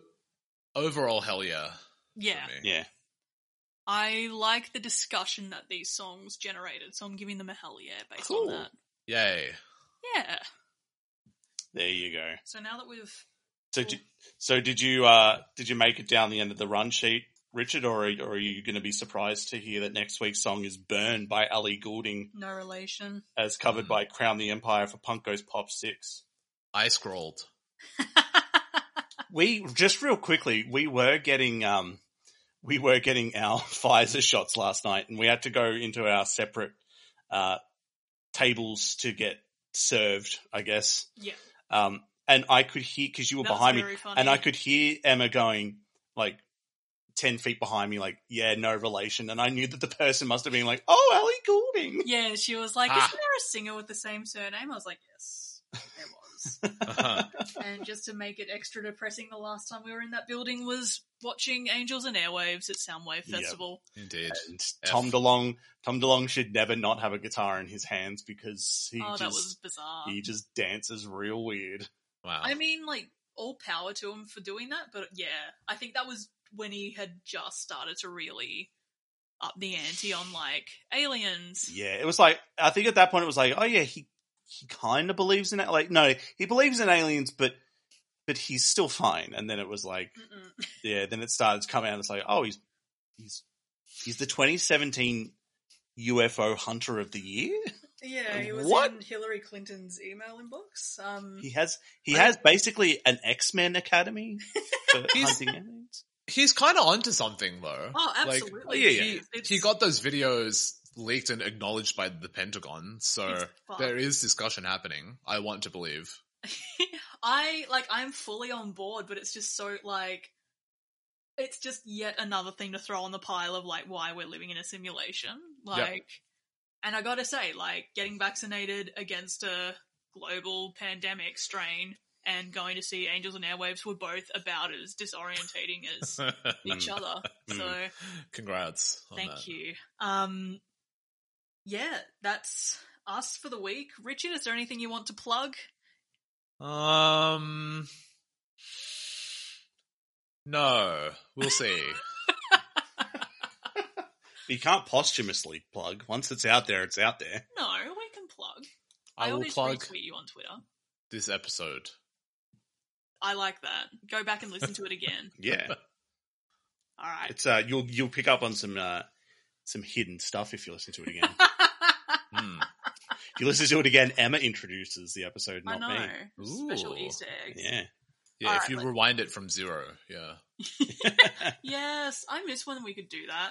C: O- overall, hell yeah. for
B: Yeah,
C: me.
A: Yeah,
B: I like the discussion that these songs generated, so I'm giving them a hell yeah based
A: Cool.
B: on that.
C: Yay.
B: Yeah.
A: there you go.
B: So now that we've
A: So
B: Cool.
A: di- so did you uh, did you make it down the end of the run sheet, Richard, or are, or are you going to be surprised to hear that next week's song is "Burn" by Ali Goulding,
B: no relation,
A: as covered
C: Mm.
A: by Crown the Empire for Punk Goes Pop Six?
C: I scrolled.
A: we just real quickly we were getting um we were getting our Pfizer shots last night and we had to go into our separate uh tables to get served i guess
B: yeah,
A: um and i could hear because you were
B: That was
A: behind me
B: very funny.
A: and i could hear emma going like 10 feet behind me like yeah no relation and i knew that the person must have been like oh ellie goulding
B: yeah. She was like,
C: Ah.
B: "Isn't there a singer with the same surname?" I was like, "Yes, there was." And just to make it extra depressing, the last time we were in that building was watching Angels and Airwaves at Soundwave
A: Yep.
B: Festival.
C: Indeed.
A: and tom delong tom delong should never not have a guitar in his hands because he
B: oh,
A: just
B: that was bizarre.
A: he just dances real weird.
C: Wow.
B: I mean, like, all power to him for doing that, but yeah, I think that was when he had just started to really up the ante on, like, aliens.
A: Yeah, it was like I think at that point it was like, oh yeah, he he kind of believes in it. Like no, he believes in aliens, but but he's still fine. And then it was like,
B: Mm-mm.
A: yeah, then it started to come out. And it's like, oh, he's he's he's the 2017 UFO Hunter of the Year.
B: Yeah, he was
A: What?
B: in Hillary Clinton's email inbox. Um,
A: He has he
B: I-
A: has basically an X Men Academy for
C: He's-
A: hunting aliens.
C: He's kind of onto something, though.
B: oh,
C: Like,
B: absolutely.
A: yeah, yeah.
B: He, it's-
C: he got those videos leaked and acknowledged by the Pentagon, so
B: It's fucked.
C: there is discussion happening, I want to believe.
B: I like I'm fully on board, but it's just so like it's just yet another thing to throw on the pile of like why we're living in a simulation. Like and I gotta say, like getting vaccinated against a global pandemic strain and going to see Angels and Airwaves were both about as disorientating as
C: Mm.
B: each other. So
C: Congrats. on
B: Thank
C: that.
B: you. Um, yeah, that's us for the week. Richard, is there anything you want to plug?
C: Um. No, we'll see.
A: You can't posthumously plug. Once it's out there, it's out there.
B: No, we can plug.
C: I will
B: always
C: plug
B: retweet you on Twitter.
C: this episode.
B: I like that. Go back and listen to it again.
A: Yeah,
B: All right.
A: it's uh, you'll you'll pick up on some uh, some hidden stuff if you listen to it again.
C: Hmm.
A: if you listen to it again, Emma introduces the episode,
B: I
A: not
B: know.
A: me.
B: Special
C: Ooh.
B: Easter eggs.
A: Yeah,
C: Yeah,
B: All
C: if
B: right,
C: you
B: like-
C: rewind it from zero, yeah.
B: Yes, I miss when we could do that.